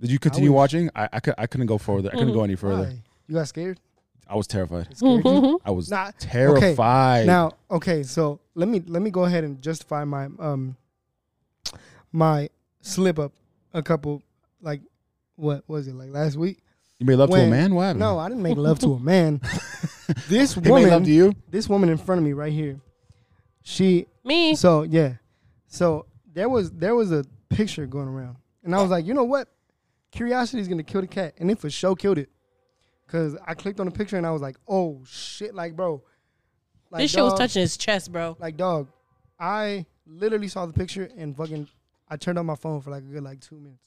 [SPEAKER 3] Did you continue
[SPEAKER 1] wish-
[SPEAKER 3] watching? I I, could, I couldn't go further. I couldn't go any further.
[SPEAKER 1] Mm. Why? You got scared?
[SPEAKER 3] I was terrified.
[SPEAKER 1] It scared you?
[SPEAKER 3] I was
[SPEAKER 1] Nah, okay,
[SPEAKER 3] terrified.
[SPEAKER 1] Now, okay, so let me let me go ahead and justify my um my slip up a couple like what was it like last week?
[SPEAKER 3] you made love to a
[SPEAKER 1] when-
[SPEAKER 3] man? What happened?
[SPEAKER 1] No, I didn't make love to a man. this
[SPEAKER 3] he made love to
[SPEAKER 1] woman,
[SPEAKER 3] you.
[SPEAKER 1] this woman in front of me right here. She
[SPEAKER 2] Me.
[SPEAKER 1] so yeah, so there was there was a picture going around, and I was like, you know what, curiosity is gonna kill the cat, and it for sure killed it, cause I clicked on the picture and I was like, oh shit, like bro, like,
[SPEAKER 2] this shit was
[SPEAKER 1] dog,
[SPEAKER 2] touching his chest, bro.
[SPEAKER 1] like dog, I literally saw the picture and fucking I turned on my phone for like a good like two minutes.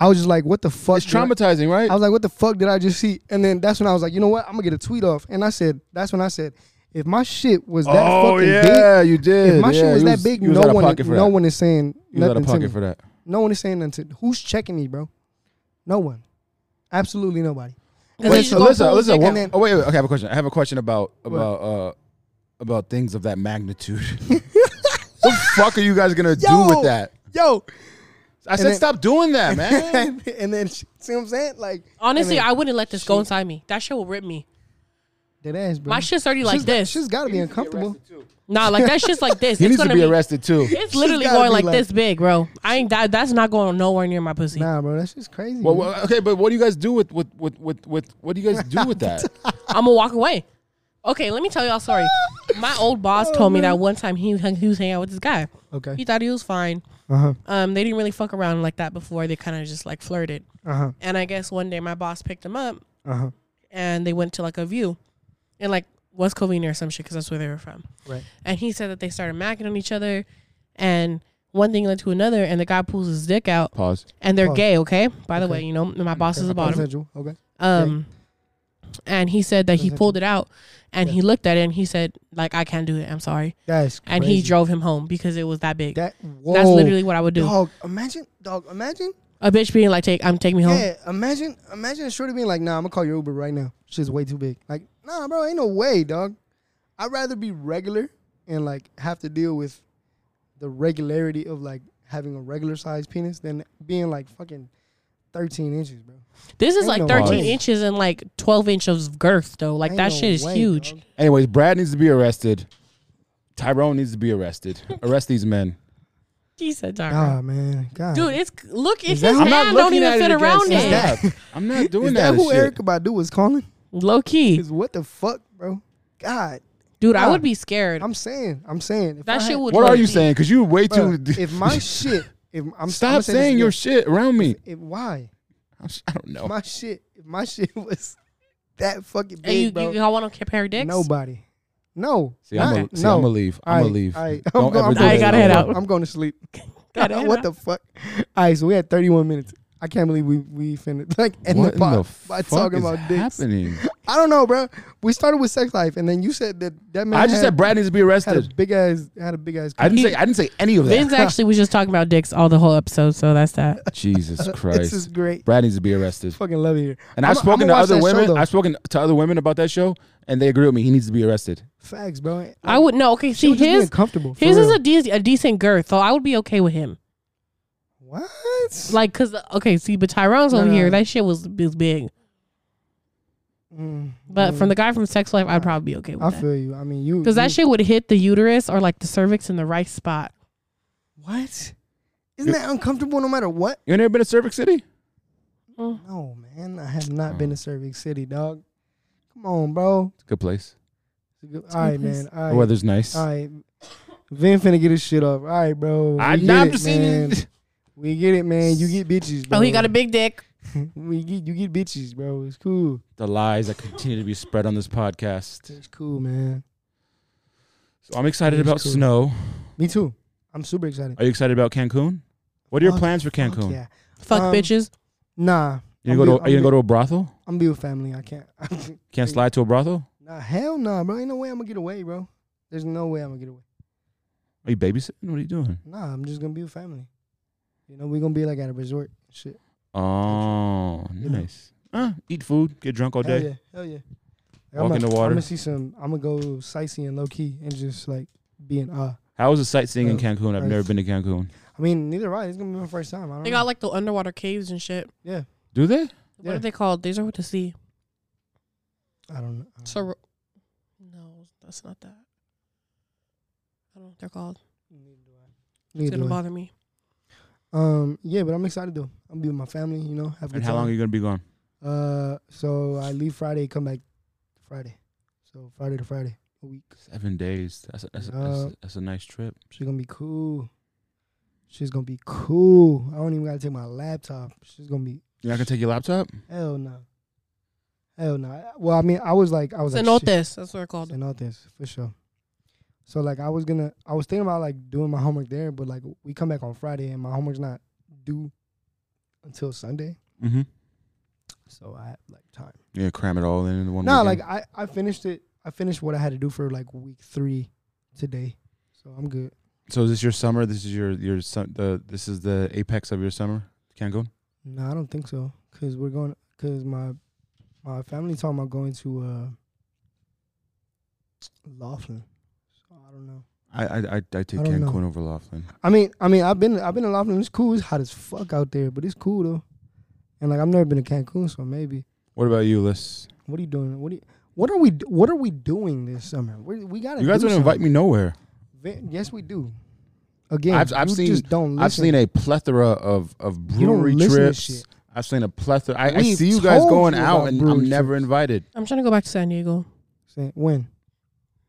[SPEAKER 1] I was just like, what the fuck?
[SPEAKER 3] It's
[SPEAKER 1] did I-
[SPEAKER 3] traumatizing, right?
[SPEAKER 1] I was like, what the fuck did I just see? And then that's when I was like, you know what? I'm gonna get a tweet off. And I said, that's when I said, if my shit was that
[SPEAKER 3] oh
[SPEAKER 1] fucking
[SPEAKER 3] yeah, you
[SPEAKER 1] big,
[SPEAKER 3] did.
[SPEAKER 1] if my shit
[SPEAKER 3] Yeah,
[SPEAKER 1] was
[SPEAKER 3] you
[SPEAKER 1] that big,
[SPEAKER 3] you was
[SPEAKER 1] no
[SPEAKER 3] out of
[SPEAKER 1] one,
[SPEAKER 3] pocket for
[SPEAKER 1] no
[SPEAKER 3] that.
[SPEAKER 1] one is saying
[SPEAKER 3] You
[SPEAKER 1] nothing
[SPEAKER 3] was out of
[SPEAKER 1] to me.
[SPEAKER 3] pocket for that.
[SPEAKER 1] No one is saying nothing. To, who's checking me, bro? No one. Absolutely nobody.
[SPEAKER 2] Cause
[SPEAKER 1] Wait,
[SPEAKER 2] he just
[SPEAKER 1] so
[SPEAKER 2] gonna
[SPEAKER 1] listen,
[SPEAKER 2] pull his
[SPEAKER 1] listen,
[SPEAKER 2] dick
[SPEAKER 1] one-
[SPEAKER 2] out.
[SPEAKER 1] then-
[SPEAKER 3] Oh wait, wait, okay. I have a question. I have a question about
[SPEAKER 1] What?
[SPEAKER 3] about uh about things of that magnitude. what the fuck are you guys gonna do
[SPEAKER 1] Yo!
[SPEAKER 3] with that?
[SPEAKER 1] Yo,
[SPEAKER 3] I said
[SPEAKER 1] then-
[SPEAKER 3] stop doing that, man.
[SPEAKER 1] and, then she, see what I'm saying? Like
[SPEAKER 2] Honestly,
[SPEAKER 1] and then-
[SPEAKER 2] I wouldn't let this
[SPEAKER 1] she-
[SPEAKER 2] go inside me. That shit will rip me.
[SPEAKER 1] dead ass, bro.
[SPEAKER 2] My shit's already
[SPEAKER 1] She's
[SPEAKER 2] like
[SPEAKER 1] got-
[SPEAKER 2] this.
[SPEAKER 1] She's gotta be uncomfortable.
[SPEAKER 2] Nah, like that shit's like this.
[SPEAKER 3] He
[SPEAKER 2] it's
[SPEAKER 3] needs to
[SPEAKER 2] gonna
[SPEAKER 3] be arrested too.
[SPEAKER 2] It's literally
[SPEAKER 1] gotta
[SPEAKER 2] going
[SPEAKER 1] be
[SPEAKER 2] like,
[SPEAKER 1] like-
[SPEAKER 2] this big, bro. I ain't that. That's not going nowhere near my pussy.
[SPEAKER 1] Nah, bro, that's just crazy.
[SPEAKER 3] Well,
[SPEAKER 1] bro.
[SPEAKER 3] well, okay, but what do you guys do with with with with, with what do you guys do with that?
[SPEAKER 2] I'm gonna walk away. Okay, let me tell y'all a story. My old boss told me that one time he hung- he was hanging out with this guy. He
[SPEAKER 1] okay.
[SPEAKER 2] thought he was fine.
[SPEAKER 1] Uh huh.
[SPEAKER 2] Um, they didn't really fuck around like that before. They kind of just like flirted.
[SPEAKER 1] Uh huh.
[SPEAKER 2] And I guess one day my boss picked him up
[SPEAKER 1] Uh huh.
[SPEAKER 2] and they went to like a view, and like West Covina or some shit because that's where they were from.
[SPEAKER 1] Right.
[SPEAKER 2] And he said that they started macking on each other, and one thing led to another, and the guy pulls his dick out,
[SPEAKER 3] Pause.
[SPEAKER 2] and they're
[SPEAKER 1] Pause.
[SPEAKER 2] gay. Okay. By the
[SPEAKER 1] Okay.
[SPEAKER 2] way, you know my boss is a bottom.
[SPEAKER 1] Consensual, Okay.
[SPEAKER 2] Um, and he said that he
[SPEAKER 1] Consensual.
[SPEAKER 2] pulled it out, and
[SPEAKER 1] Yeah.
[SPEAKER 2] he looked at it and he said like I can't do it. I'm sorry.
[SPEAKER 1] That's
[SPEAKER 2] And he
[SPEAKER 1] crazy.
[SPEAKER 2] drove him home because it was that big.
[SPEAKER 1] that. Whoa.
[SPEAKER 2] That's literally what I would do.
[SPEAKER 1] Dog, imagine, dog, imagine.
[SPEAKER 2] A bitch being like, "Take, I'm take me home."
[SPEAKER 1] Yeah, imagine, imagine a shorty being like, "Nah, I'm gonna call your Uber right now. Shit's way too big." Like, nah, bro, ain't no way, dog. I'd rather be regular and like have to deal with the regularity of like having a regular sized penis than being like fucking thirteen inches, bro.
[SPEAKER 2] This
[SPEAKER 1] Ain't
[SPEAKER 2] is like
[SPEAKER 1] no
[SPEAKER 2] 13
[SPEAKER 3] way.
[SPEAKER 2] inches and like 12 inches of girth, though. Like
[SPEAKER 1] Ain't
[SPEAKER 2] that
[SPEAKER 1] no
[SPEAKER 2] shit is
[SPEAKER 1] way,
[SPEAKER 2] huge.
[SPEAKER 1] dog.
[SPEAKER 3] Anyways, Brad needs to be arrested. Tyrone needs to be arrested. Arrest these men.
[SPEAKER 2] He said,
[SPEAKER 1] Ah man, God,
[SPEAKER 2] Dude, it's look. It's
[SPEAKER 1] that-
[SPEAKER 2] his
[SPEAKER 1] I'm
[SPEAKER 3] not
[SPEAKER 2] hand don't
[SPEAKER 3] looking
[SPEAKER 2] even
[SPEAKER 3] at it
[SPEAKER 2] fit
[SPEAKER 3] against
[SPEAKER 2] around
[SPEAKER 3] his
[SPEAKER 1] Is
[SPEAKER 2] it.
[SPEAKER 3] neck.
[SPEAKER 1] that,
[SPEAKER 3] I'm not doing
[SPEAKER 1] is that who
[SPEAKER 3] shit.
[SPEAKER 1] Eric Badu was calling?
[SPEAKER 2] Low key,
[SPEAKER 1] Is what the fuck, bro? God,
[SPEAKER 2] dude. I
[SPEAKER 1] Ah.
[SPEAKER 2] would be scared.
[SPEAKER 1] I'm saying, I'm saying, if I
[SPEAKER 2] that shit
[SPEAKER 1] had-
[SPEAKER 2] would.
[SPEAKER 3] What are
[SPEAKER 2] look
[SPEAKER 3] you
[SPEAKER 2] deep.
[SPEAKER 3] saying? Because you way too.
[SPEAKER 1] Bruh, if my shit, if I'm
[SPEAKER 3] stop
[SPEAKER 1] I'm
[SPEAKER 3] saying your shit around me.
[SPEAKER 1] shit, why?
[SPEAKER 3] I'm s- I don't know.
[SPEAKER 1] my shit, if my shit was that fucking
[SPEAKER 2] Hey,
[SPEAKER 1] big,
[SPEAKER 2] you,
[SPEAKER 1] bro.
[SPEAKER 2] you all want to compare dicks?
[SPEAKER 1] nobody. No.
[SPEAKER 3] see, I'm
[SPEAKER 1] not-
[SPEAKER 3] a, see,
[SPEAKER 1] no.
[SPEAKER 3] I'm gonna leave. I'm gonna
[SPEAKER 1] Alright,
[SPEAKER 3] leave.
[SPEAKER 1] alright. I'm
[SPEAKER 3] Don't
[SPEAKER 1] go-
[SPEAKER 3] ever
[SPEAKER 1] I'm
[SPEAKER 3] do
[SPEAKER 1] going-
[SPEAKER 2] I
[SPEAKER 3] that
[SPEAKER 2] gotta
[SPEAKER 3] no
[SPEAKER 2] head
[SPEAKER 3] more.
[SPEAKER 2] out.
[SPEAKER 1] I'm going to sleep.
[SPEAKER 2] God, I-
[SPEAKER 1] what the fuck? All right, so we had 31 minutes. I can't believe we we finna like end
[SPEAKER 3] what
[SPEAKER 1] the pod
[SPEAKER 3] the
[SPEAKER 1] by
[SPEAKER 3] fuck
[SPEAKER 1] talking
[SPEAKER 3] is
[SPEAKER 1] about dicks.
[SPEAKER 3] happening?
[SPEAKER 1] I don't know, bro. We started with sex life, and then you said that that man.
[SPEAKER 3] I just
[SPEAKER 1] had,
[SPEAKER 3] said Brad needs to be
[SPEAKER 1] had a
[SPEAKER 3] arrested.
[SPEAKER 1] big ass had a big ass.
[SPEAKER 3] I didn't say I didn't say any of
[SPEAKER 2] Vince
[SPEAKER 3] that.
[SPEAKER 2] actually was just talking about dicks all the whole episode, so that's that.
[SPEAKER 3] Jesus
[SPEAKER 1] This
[SPEAKER 3] Christ!
[SPEAKER 1] is great.
[SPEAKER 3] Brad needs to be arrested.
[SPEAKER 1] Fucking love it here.
[SPEAKER 3] And
[SPEAKER 1] I'm-
[SPEAKER 3] I've spoken
[SPEAKER 1] I'ma
[SPEAKER 3] to
[SPEAKER 1] watch
[SPEAKER 3] other
[SPEAKER 1] that show,
[SPEAKER 3] women.
[SPEAKER 1] though.
[SPEAKER 3] I've spoken to other women about that show, and they agree with me. He needs to be arrested.
[SPEAKER 1] Facts, bro. Like,
[SPEAKER 2] I would no. Okay,
[SPEAKER 1] she
[SPEAKER 2] see
[SPEAKER 1] was just being
[SPEAKER 2] his
[SPEAKER 1] comfortable. for
[SPEAKER 2] his is
[SPEAKER 1] real.
[SPEAKER 2] a, de- a decent girth, so I would be okay with him.
[SPEAKER 1] what?
[SPEAKER 2] Like, cause okay, see, but Tyrone's
[SPEAKER 1] No,
[SPEAKER 2] over
[SPEAKER 1] no,
[SPEAKER 2] here.
[SPEAKER 1] no.
[SPEAKER 2] That shit was was big,
[SPEAKER 1] Mm,
[SPEAKER 2] but
[SPEAKER 1] mm.
[SPEAKER 2] from the guy from Sex Life, I'd probably be okay with
[SPEAKER 1] I
[SPEAKER 2] that.
[SPEAKER 1] feel you. I mean, you
[SPEAKER 2] Because
[SPEAKER 1] you-
[SPEAKER 2] that shit would hit the uterus or like the cervix in the right spot.
[SPEAKER 1] What? Isn't that uncomfortable no matter what?
[SPEAKER 3] You ain't never been to Cervix City?
[SPEAKER 2] Mm.
[SPEAKER 1] No, man. I have not been to Cervix City, dog. Come on, bro.
[SPEAKER 3] It's a good place.
[SPEAKER 1] All right, man. All
[SPEAKER 3] The
[SPEAKER 1] right.
[SPEAKER 3] weather's nice.
[SPEAKER 1] All right. Vin finna get his shit off. All right, bro. We
[SPEAKER 3] I,
[SPEAKER 1] get
[SPEAKER 3] I'm
[SPEAKER 1] it,
[SPEAKER 3] just
[SPEAKER 1] man.
[SPEAKER 3] saying.
[SPEAKER 1] We get it, man. You get bitches, bro.
[SPEAKER 2] Oh, he got a big dick.
[SPEAKER 1] we get you get bitches, bro. It's cool.
[SPEAKER 3] The lies that continue to be spread on this podcast.
[SPEAKER 1] It's cool, man.
[SPEAKER 3] So I'm excited
[SPEAKER 1] It's
[SPEAKER 3] about
[SPEAKER 1] cool.
[SPEAKER 3] snow.
[SPEAKER 1] Me too. I'm super excited.
[SPEAKER 3] Are you excited about Cancun? What are your
[SPEAKER 1] Fuck-
[SPEAKER 3] plans for
[SPEAKER 1] Fuck
[SPEAKER 3] Cancun?
[SPEAKER 1] yeah.
[SPEAKER 2] Fuck
[SPEAKER 1] Um,
[SPEAKER 2] bitches.
[SPEAKER 1] Nah.
[SPEAKER 3] You
[SPEAKER 1] I'm
[SPEAKER 3] gonna go
[SPEAKER 1] be-
[SPEAKER 3] to, are you
[SPEAKER 1] I'm
[SPEAKER 3] gonna go to a brothel?
[SPEAKER 1] I'm be with family. I can't.
[SPEAKER 3] Can't slide to a brothel?
[SPEAKER 1] nah, hell nah, bro. Ain't no way I'm gonna get away, bro. There's no way I'm gonna get away.
[SPEAKER 3] Are you babysitting? What are you doing?
[SPEAKER 1] Nah, I'm just gonna be with family. You know, we gonna be like at a resort. and Shit.
[SPEAKER 3] Oh,
[SPEAKER 1] You know.
[SPEAKER 3] nice. Uh, eat food, get drunk all
[SPEAKER 1] hell
[SPEAKER 3] day.
[SPEAKER 1] yeah. Hell yeah. Like,
[SPEAKER 3] Walk
[SPEAKER 1] I'm
[SPEAKER 3] in
[SPEAKER 1] gonna,
[SPEAKER 3] the water.
[SPEAKER 1] I'm gonna see some. I'm gonna go sightseeing low key and just like be in awe.
[SPEAKER 3] How was the sightseeing in
[SPEAKER 1] Oh,
[SPEAKER 3] Cancun?
[SPEAKER 1] nice.
[SPEAKER 3] I've never been to Cancun.
[SPEAKER 1] I mean, neither right. It's gonna be my first time. I don't
[SPEAKER 2] They
[SPEAKER 1] know.
[SPEAKER 2] got like the underwater caves and shit.
[SPEAKER 1] yeah.
[SPEAKER 3] Do they?
[SPEAKER 2] What
[SPEAKER 1] Yeah.
[SPEAKER 2] are they called? These are with the sea.
[SPEAKER 1] I don't know. I don't know.
[SPEAKER 2] So, no, that's not that. I don't know what they're called. It's
[SPEAKER 1] Neither
[SPEAKER 2] gonna
[SPEAKER 1] do I.
[SPEAKER 2] bother me.
[SPEAKER 1] Um. Yeah, but I'm excited though. I'm be with my family. You know. Have a
[SPEAKER 3] And
[SPEAKER 1] good
[SPEAKER 3] how
[SPEAKER 1] time.
[SPEAKER 3] long are you gonna be gone?
[SPEAKER 1] Uh. So I leave Friday. Come back Friday. So Friday to Friday, a week.
[SPEAKER 3] Seven days. That's a, that's a, that's
[SPEAKER 1] Uh,
[SPEAKER 3] a, that's a nice trip.
[SPEAKER 1] She's gonna be cool. She's gonna be cool. I don't even gotta take my laptop. She's gonna be
[SPEAKER 3] You're not gonna take your laptop?
[SPEAKER 1] hell no. Hell no. Well, I mean, I was like, I was like, shit.
[SPEAKER 2] Cenotes. That's what they're called.
[SPEAKER 1] Cenotes for sure. So like, I was gonna, I was thinking about like doing my homework there, but like we come back on Friday and my homework's not due until Sunday,
[SPEAKER 3] Mm-hmm.
[SPEAKER 1] so I have like time.
[SPEAKER 3] Yeah, cram it all in in one.
[SPEAKER 1] No,
[SPEAKER 3] weekend.
[SPEAKER 1] like I, I finished it. I finished what I had to do for like week three today, so I'm good.
[SPEAKER 3] So is this your summer? This is your your sun, the this is the apex of your summer, Cancun.
[SPEAKER 1] No, I don't think so. Cause we're going. Cause my my family talking about going to uh Laughlin. So I don't know.
[SPEAKER 3] I I I, I take
[SPEAKER 1] I don't
[SPEAKER 3] Cancun over Laughlin.
[SPEAKER 1] I mean, I mean, I've been I've been to Laughlin. It's cool. It's hot as fuck out there, but it's cool though. And like I've never been to Cancun, so maybe.
[SPEAKER 3] What about you, Liz?
[SPEAKER 1] What are you doing? What are you, What are we? What are we doing this summer? We, we gotta.
[SPEAKER 3] You guys
[SPEAKER 1] do
[SPEAKER 3] don't invite me nowhere.
[SPEAKER 1] something. Vin- Yes, we do. Again,
[SPEAKER 3] I've- I've
[SPEAKER 1] you
[SPEAKER 3] seen-
[SPEAKER 1] Just don't listen.
[SPEAKER 3] I've seen a plethora of of
[SPEAKER 1] You don't
[SPEAKER 3] brewery
[SPEAKER 1] listen to
[SPEAKER 3] trips.
[SPEAKER 1] shit.
[SPEAKER 3] I've seen a plethora. I, I
[SPEAKER 1] We've
[SPEAKER 3] see you guys
[SPEAKER 1] told
[SPEAKER 3] going
[SPEAKER 1] you
[SPEAKER 3] out,
[SPEAKER 1] about
[SPEAKER 3] and
[SPEAKER 1] brewery
[SPEAKER 3] I'm never
[SPEAKER 1] trips.
[SPEAKER 3] invited.
[SPEAKER 2] I'm trying to go back to San Diego
[SPEAKER 1] Say- when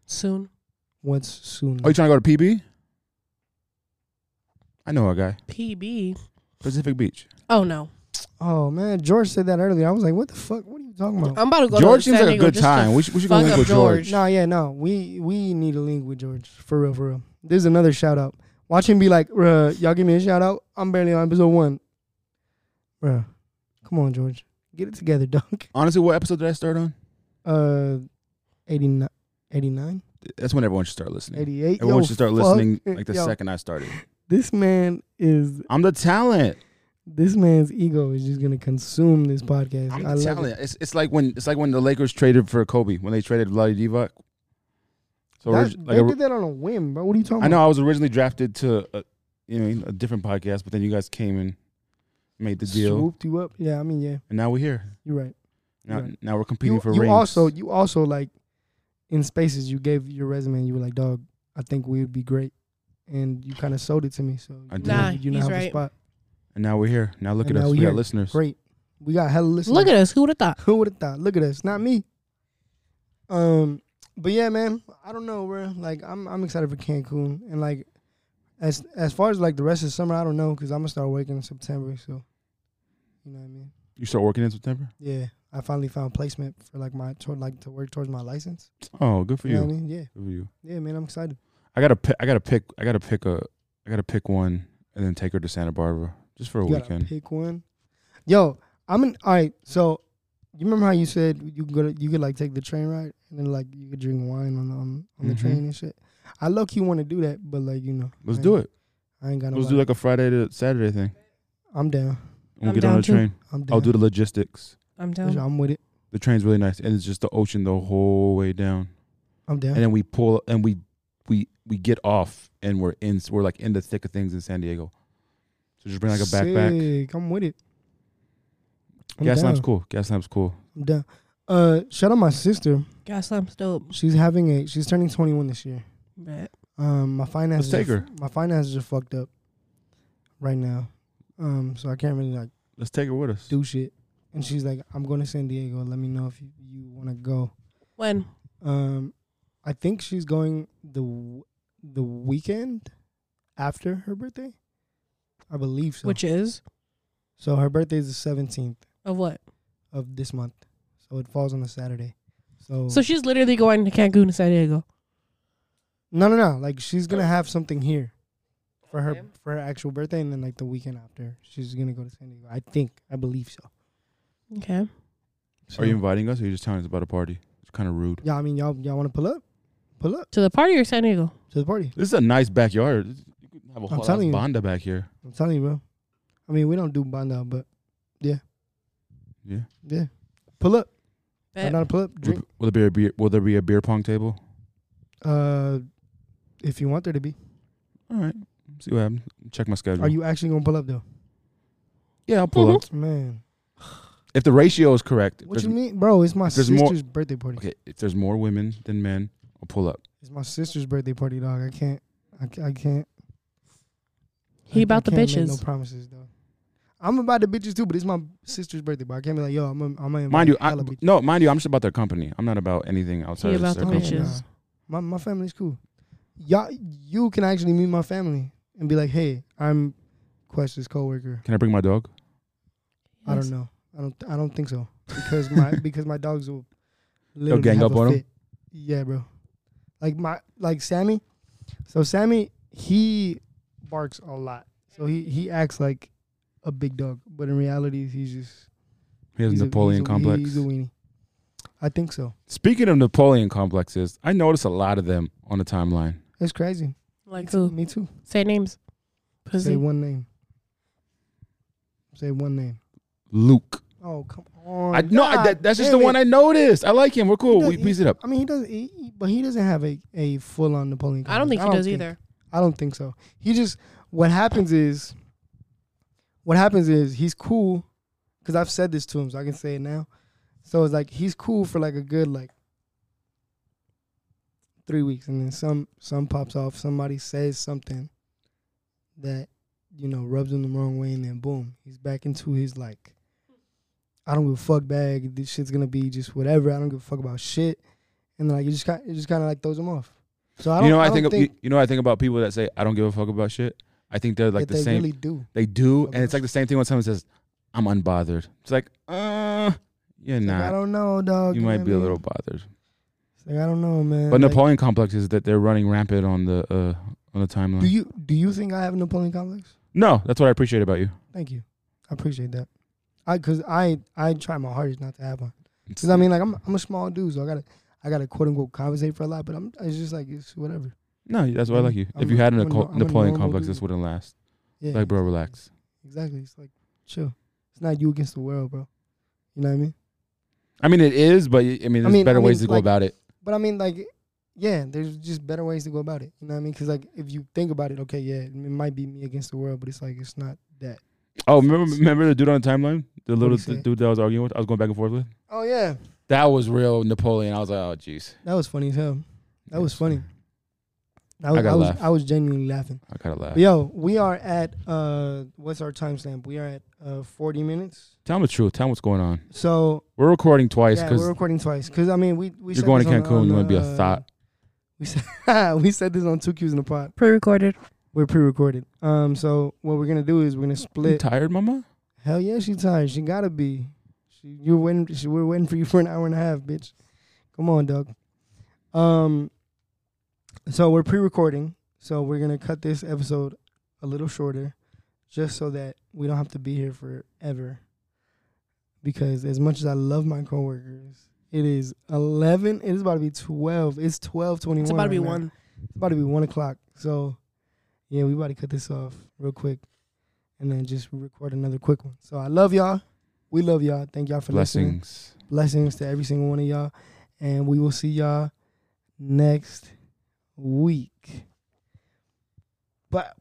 [SPEAKER 2] soon.
[SPEAKER 1] once soon.
[SPEAKER 3] Are you trying to go to PB? I know a guy,
[SPEAKER 2] PB.
[SPEAKER 3] Pacific Beach.
[SPEAKER 2] Oh no.
[SPEAKER 1] Oh man, George said that earlier. I was like, "What the fuck? What are you talking about?
[SPEAKER 2] I'm about to go.
[SPEAKER 3] George
[SPEAKER 2] to
[SPEAKER 3] seems
[SPEAKER 2] San
[SPEAKER 3] like a
[SPEAKER 2] Diego
[SPEAKER 3] good
[SPEAKER 2] just to
[SPEAKER 3] time. We should, we should go
[SPEAKER 2] fuck
[SPEAKER 3] link
[SPEAKER 2] up
[SPEAKER 3] with George.
[SPEAKER 2] George.
[SPEAKER 1] No, yeah, no. We we need a link with George for real, for real. This is another shout out. Watch him be like, "Bruh, y'all give me a shout out. I'm barely on episode one, Bruh, Come on, George, get it together, dunk.
[SPEAKER 3] Honestly, what episode did I start on?
[SPEAKER 1] Uh, 89, 89,
[SPEAKER 3] That's when everyone should start listening.
[SPEAKER 1] 88.
[SPEAKER 3] Everyone
[SPEAKER 1] Yo,
[SPEAKER 3] should start
[SPEAKER 1] fuck.
[SPEAKER 3] listening like the
[SPEAKER 1] Yo,
[SPEAKER 3] second I started.
[SPEAKER 1] This man is
[SPEAKER 3] I'm the talent.
[SPEAKER 1] this man's ego is just gonna consume this podcast.
[SPEAKER 3] I'm
[SPEAKER 1] I
[SPEAKER 3] the
[SPEAKER 1] love it.
[SPEAKER 3] talent. It's, it's like when it's like when the Lakers traded for Kobe when they traded Vlade Divac. So
[SPEAKER 1] That-
[SPEAKER 3] orig-
[SPEAKER 1] they
[SPEAKER 3] like a-
[SPEAKER 1] did that on a whim, bro. What are you talking
[SPEAKER 3] I know
[SPEAKER 1] about?
[SPEAKER 3] I was originally drafted to a, you know a different podcast, but then you guys came and made the deal,
[SPEAKER 1] Swooped you up. Yeah, I mean, yeah,
[SPEAKER 3] and now we're here.
[SPEAKER 1] you're right.
[SPEAKER 3] Now,
[SPEAKER 1] Right.
[SPEAKER 3] now we're competing
[SPEAKER 1] You,
[SPEAKER 3] for
[SPEAKER 1] you
[SPEAKER 3] rings.
[SPEAKER 1] also you also like in spaces you gave your resume and you were like, dog, I think we would be great. And you kind of sold it to me, so
[SPEAKER 3] I
[SPEAKER 1] you
[SPEAKER 3] did.
[SPEAKER 1] know,
[SPEAKER 2] Nah,
[SPEAKER 1] you now
[SPEAKER 2] he's
[SPEAKER 1] have a
[SPEAKER 2] right.
[SPEAKER 1] spot.
[SPEAKER 3] and now we're here. Now look
[SPEAKER 1] And
[SPEAKER 3] at
[SPEAKER 1] now
[SPEAKER 3] us. We
[SPEAKER 1] we're
[SPEAKER 3] got
[SPEAKER 1] here.
[SPEAKER 3] listeners.
[SPEAKER 1] Great, we got hella listeners.
[SPEAKER 2] Look at us. Who would have thought?
[SPEAKER 1] Who would have thought? Look at us, not me. Um, but yeah, man, I don't know, bro. Like, I'm I'm excited for Cancun, and like, as as far as like the rest of summer, I don't know, cause I'm gonna start working in September, so you know what I mean.
[SPEAKER 3] You start working in September.
[SPEAKER 1] Yeah, I finally found placement for like my toward like to work towards my license.
[SPEAKER 3] Oh, good for
[SPEAKER 1] You know what
[SPEAKER 3] you.
[SPEAKER 1] I mean? Yeah,
[SPEAKER 3] Good for you.
[SPEAKER 1] yeah, man, I'm excited.
[SPEAKER 3] I gotta pick. I gotta pick. I gotta pick a. I gotta pick one and then take her to Santa Barbara just for a
[SPEAKER 1] you
[SPEAKER 3] weekend.
[SPEAKER 1] gotta pick one. Yo, I'm an all right. So you remember how you said you could go to, you could like take the train ride and then like you could drink wine on the on, on the
[SPEAKER 3] Mhm.
[SPEAKER 1] train and shit. I low key want to do that, but like you know,
[SPEAKER 3] Let's
[SPEAKER 1] I
[SPEAKER 3] do
[SPEAKER 1] ain't-
[SPEAKER 3] it.
[SPEAKER 1] I ain't got no.
[SPEAKER 3] Let's do like a Friday to Saturday thing.
[SPEAKER 1] I'm down.
[SPEAKER 3] And we'll
[SPEAKER 2] I'm
[SPEAKER 3] get on
[SPEAKER 2] down
[SPEAKER 3] a
[SPEAKER 2] too.
[SPEAKER 3] train.
[SPEAKER 1] I'm down.
[SPEAKER 3] I'll do the logistics.
[SPEAKER 2] I'm
[SPEAKER 1] For sure,
[SPEAKER 2] down.
[SPEAKER 1] I'm with it.
[SPEAKER 3] The train's really nice, and it's just the ocean the whole way down.
[SPEAKER 1] I'm down.
[SPEAKER 3] And then we pull, and we we we get off, and we're in. We're like in the thick of things in San Diego. So just bring like a backpack.
[SPEAKER 1] Sick, I'm with it. I'm
[SPEAKER 3] Gas
[SPEAKER 1] down.
[SPEAKER 3] lamp's cool. Gas lamp's cool.
[SPEAKER 1] I'm down. Uh, shout out my sister.
[SPEAKER 2] Got something dope.
[SPEAKER 1] She's having a. She's turning 21 this year.
[SPEAKER 2] Bet.
[SPEAKER 1] Um, my finances.
[SPEAKER 3] take
[SPEAKER 1] are,
[SPEAKER 3] her.
[SPEAKER 1] My finances are fucked up right now. Um, so I can't really like
[SPEAKER 3] Let's take her with us.
[SPEAKER 1] do shit. And she's like, "I'm going to San Diego. Let me know if you, you want to go."
[SPEAKER 2] When?
[SPEAKER 1] Um, I think she's going the w- the weekend after her birthday. I believe so.
[SPEAKER 2] Which is
[SPEAKER 1] so her birthday is the 17th
[SPEAKER 2] of what?
[SPEAKER 1] of this month, so it falls on a Saturday. So,
[SPEAKER 2] So she's literally going to Cancun and San Diego.
[SPEAKER 1] no, no, no. Like she's gonna have something here for her for her actual birthday, and then like the weekend after, she's gonna go to San Diego. I think. I believe so.
[SPEAKER 2] Okay.
[SPEAKER 1] so
[SPEAKER 3] Are you inviting us, or are you just telling us about a party? It's kind of rude.
[SPEAKER 1] Yeah, I mean, y'all y'all want to pull up, pull up
[SPEAKER 2] To the party or San Diego?
[SPEAKER 1] to the party.
[SPEAKER 3] This is a nice backyard. This- You could have a whole ass
[SPEAKER 1] telling you.
[SPEAKER 3] banda back here.
[SPEAKER 1] I'm telling you, bro. I mean, we don't do banda, but
[SPEAKER 3] Yeah.
[SPEAKER 1] yeah, pull up.
[SPEAKER 2] Bet.
[SPEAKER 1] I'm not a pull up. Drink.
[SPEAKER 3] Will, will there be a beer? Will there be a beer pong table?
[SPEAKER 1] Uh, if you want there to be,
[SPEAKER 3] All right. See what happens. Check my schedule.
[SPEAKER 1] are you actually gonna pull up though?
[SPEAKER 3] Yeah, I'll pull up.
[SPEAKER 1] Man,
[SPEAKER 3] If the ratio is correct. if
[SPEAKER 1] Mm-hmm. what
[SPEAKER 3] there's-
[SPEAKER 1] you mean, bro? It's my
[SPEAKER 3] there's
[SPEAKER 1] sister's
[SPEAKER 3] more-
[SPEAKER 1] birthday party.
[SPEAKER 3] Okay, if there's more women than men, I'll pull up.
[SPEAKER 1] It's my sister's birthday party, dog. I can't. I, ca- I can't.
[SPEAKER 2] He
[SPEAKER 1] I-
[SPEAKER 2] about
[SPEAKER 1] I
[SPEAKER 2] the
[SPEAKER 1] can't make
[SPEAKER 2] bitches.
[SPEAKER 1] no promises though. I'm about the bitches too, but it's my sister's birthday. But I can't be like, yo, I'm. A, I'm. A
[SPEAKER 3] Mind you, I,
[SPEAKER 1] hella bitches.
[SPEAKER 3] no, mind you, I'm just about their company. I'm not about anything outside
[SPEAKER 2] He
[SPEAKER 3] of the
[SPEAKER 2] about the
[SPEAKER 1] Oh,
[SPEAKER 3] circle.
[SPEAKER 1] yeah,
[SPEAKER 2] bitches.
[SPEAKER 1] nah. My my family's cool. Y'all, you can actually meet my family and be like, hey, I'm Quest's coworker.
[SPEAKER 3] Can I bring my dog?
[SPEAKER 1] I don't know. I don't. I don't think so because my because my dogs will literally
[SPEAKER 3] gang
[SPEAKER 1] have
[SPEAKER 3] up
[SPEAKER 1] a
[SPEAKER 3] on 'em?
[SPEAKER 1] fit. Yeah, bro. Like my like Sammy. So Sammy he barks a lot. So he he acts like a big dog, but in reality he's just
[SPEAKER 3] He has
[SPEAKER 1] he's a-
[SPEAKER 3] Napoleon
[SPEAKER 1] he's a-
[SPEAKER 3] complex.
[SPEAKER 1] He's a weenie. I think so.
[SPEAKER 3] Speaking of Napoleon complexes, I notice a lot of them on the timeline.
[SPEAKER 1] That's crazy.
[SPEAKER 2] Like
[SPEAKER 1] me,
[SPEAKER 2] who?
[SPEAKER 1] too, me too.
[SPEAKER 2] Say names.
[SPEAKER 1] Say
[SPEAKER 2] Pussy.
[SPEAKER 1] one name. Say one name.
[SPEAKER 3] Luke.
[SPEAKER 1] Oh come on!
[SPEAKER 3] I, no, I,
[SPEAKER 1] God
[SPEAKER 3] that, that's just the
[SPEAKER 1] damn
[SPEAKER 3] one
[SPEAKER 1] it.
[SPEAKER 3] I noticed. I like him. We're cool.
[SPEAKER 1] He
[SPEAKER 3] We
[SPEAKER 1] does-
[SPEAKER 3] piece it up.
[SPEAKER 1] I mean, he doesn't, he, he- but he doesn't have a, a full on Napoleon.
[SPEAKER 2] I don't think
[SPEAKER 1] complex.
[SPEAKER 2] she does
[SPEAKER 1] think-
[SPEAKER 2] either.
[SPEAKER 1] I don't think so. He just what happens is, what happens is he's cool, because I've said this to him, so I can say it now. So it's like he's cool for like a good like three weeks, and then some some pops off. Somebody says something that you know rubs him the wrong way, and then boom, he's back into his like. I don't give a fuck bag. This shit's gonna be just whatever. I don't give a fuck about shit, and like it just kind, it just kind of like throws him off. So I don't.
[SPEAKER 3] you know, I,
[SPEAKER 1] don't
[SPEAKER 3] think,
[SPEAKER 1] think,
[SPEAKER 3] of- you, you know, I think about people that say I don't give a fuck about shit. I think they're like
[SPEAKER 1] that
[SPEAKER 3] the
[SPEAKER 1] they
[SPEAKER 3] same.
[SPEAKER 1] really do.
[SPEAKER 3] they do,
[SPEAKER 1] fuck
[SPEAKER 3] and it's
[SPEAKER 1] about
[SPEAKER 3] like the same thing when someone says, "I'm unbothered." It's like, uh, You're
[SPEAKER 1] Like, I
[SPEAKER 3] not.
[SPEAKER 1] don't know, dog.
[SPEAKER 3] You might be a little bothered.
[SPEAKER 1] Like I don't know, man.
[SPEAKER 3] But
[SPEAKER 1] Like,
[SPEAKER 3] Napoleon complex is that they're running rampant on the uh on the timeline.
[SPEAKER 1] Do you do you think I have an Napoleon complex?
[SPEAKER 3] no, that's what I appreciate about you.
[SPEAKER 1] Thank you. I appreciate that. I cause I I try my hardest not to have one. Cause I mean, like I'm I'm a small dude, so I gotta I gotta quote unquote compensate for a lot. But I'm it's just like it's whatever.
[SPEAKER 3] No, that's why I like you.
[SPEAKER 1] I'm
[SPEAKER 3] if you had
[SPEAKER 1] a-
[SPEAKER 3] a
[SPEAKER 1] I'm a
[SPEAKER 3] Napo-
[SPEAKER 1] no- I'm a
[SPEAKER 3] Napoleon
[SPEAKER 1] normal
[SPEAKER 3] complex,
[SPEAKER 1] dude.
[SPEAKER 3] this wouldn't last.
[SPEAKER 1] Yeah.
[SPEAKER 3] Like, bro, relax.
[SPEAKER 1] Exactly. It's like chill. It's not you against the world, bro. You know what I mean?
[SPEAKER 3] I mean, it is, but y- I mean, there's
[SPEAKER 1] mean-
[SPEAKER 3] better
[SPEAKER 1] I
[SPEAKER 3] ways
[SPEAKER 1] mean,
[SPEAKER 3] to go
[SPEAKER 1] like-
[SPEAKER 3] about it.
[SPEAKER 1] But I mean, like, yeah, there's just better ways to go about it. You know what I mean? Because like, if you think about it, okay, yeah, it might be me against the world, but it's like it's not that.
[SPEAKER 3] Oh, remember, remember the dude on the timeline, the little
[SPEAKER 1] he say?
[SPEAKER 3] dude that I was arguing with. I was going back and forth with.
[SPEAKER 1] Oh yeah,
[SPEAKER 3] That was real Napoleon. I was like, oh, jeez.
[SPEAKER 1] that was funny as hell. That was
[SPEAKER 3] Yes.
[SPEAKER 1] funny. I was,
[SPEAKER 3] gotta
[SPEAKER 1] I, was
[SPEAKER 3] laugh.
[SPEAKER 1] I was genuinely laughing.
[SPEAKER 3] I gotta laugh.
[SPEAKER 1] But yo, we are at uh, what's our timestamp? We are at uh, forty minutes.
[SPEAKER 3] Tell him the truth. Tell him what's going on.
[SPEAKER 1] So
[SPEAKER 3] We're recording twice
[SPEAKER 1] yeah,
[SPEAKER 3] because
[SPEAKER 1] we're recording twice. Cause I mean, we we
[SPEAKER 3] you're
[SPEAKER 1] said
[SPEAKER 3] going to
[SPEAKER 1] this on-
[SPEAKER 3] Cancun.
[SPEAKER 1] on,
[SPEAKER 3] you want to be
[SPEAKER 1] uh,
[SPEAKER 3] a thought.
[SPEAKER 1] We said we said this on two Qs in the pot.
[SPEAKER 2] Pre-recorded.
[SPEAKER 1] We're pre-recorded. Um, so what we're gonna do is we're gonna
[SPEAKER 3] You
[SPEAKER 1] split.
[SPEAKER 3] tired, mama?
[SPEAKER 1] Hell yeah, she tired. She gotta be. She, you're waiting. She, we're waiting for you for an hour and a half, bitch. Come on, Doug. Um, so we're pre-recording, so we're gonna cut this episode a little shorter, just so that we don't have to be here forever. Because as much as I love my coworkers, it is eleven. It is about to be twelve. It's twelve twenty-one.
[SPEAKER 2] It's about to
[SPEAKER 1] right
[SPEAKER 2] be
[SPEAKER 1] now.
[SPEAKER 2] one.
[SPEAKER 1] It's about to be one o'clock. So, yeah, we about to cut this off real quick, and then just record another quick one. So I love y'all. We love y'all. Thank y'all for listening.
[SPEAKER 3] Blessings.
[SPEAKER 1] Blessings to every single one of y'all, and we will see y'all next week. But.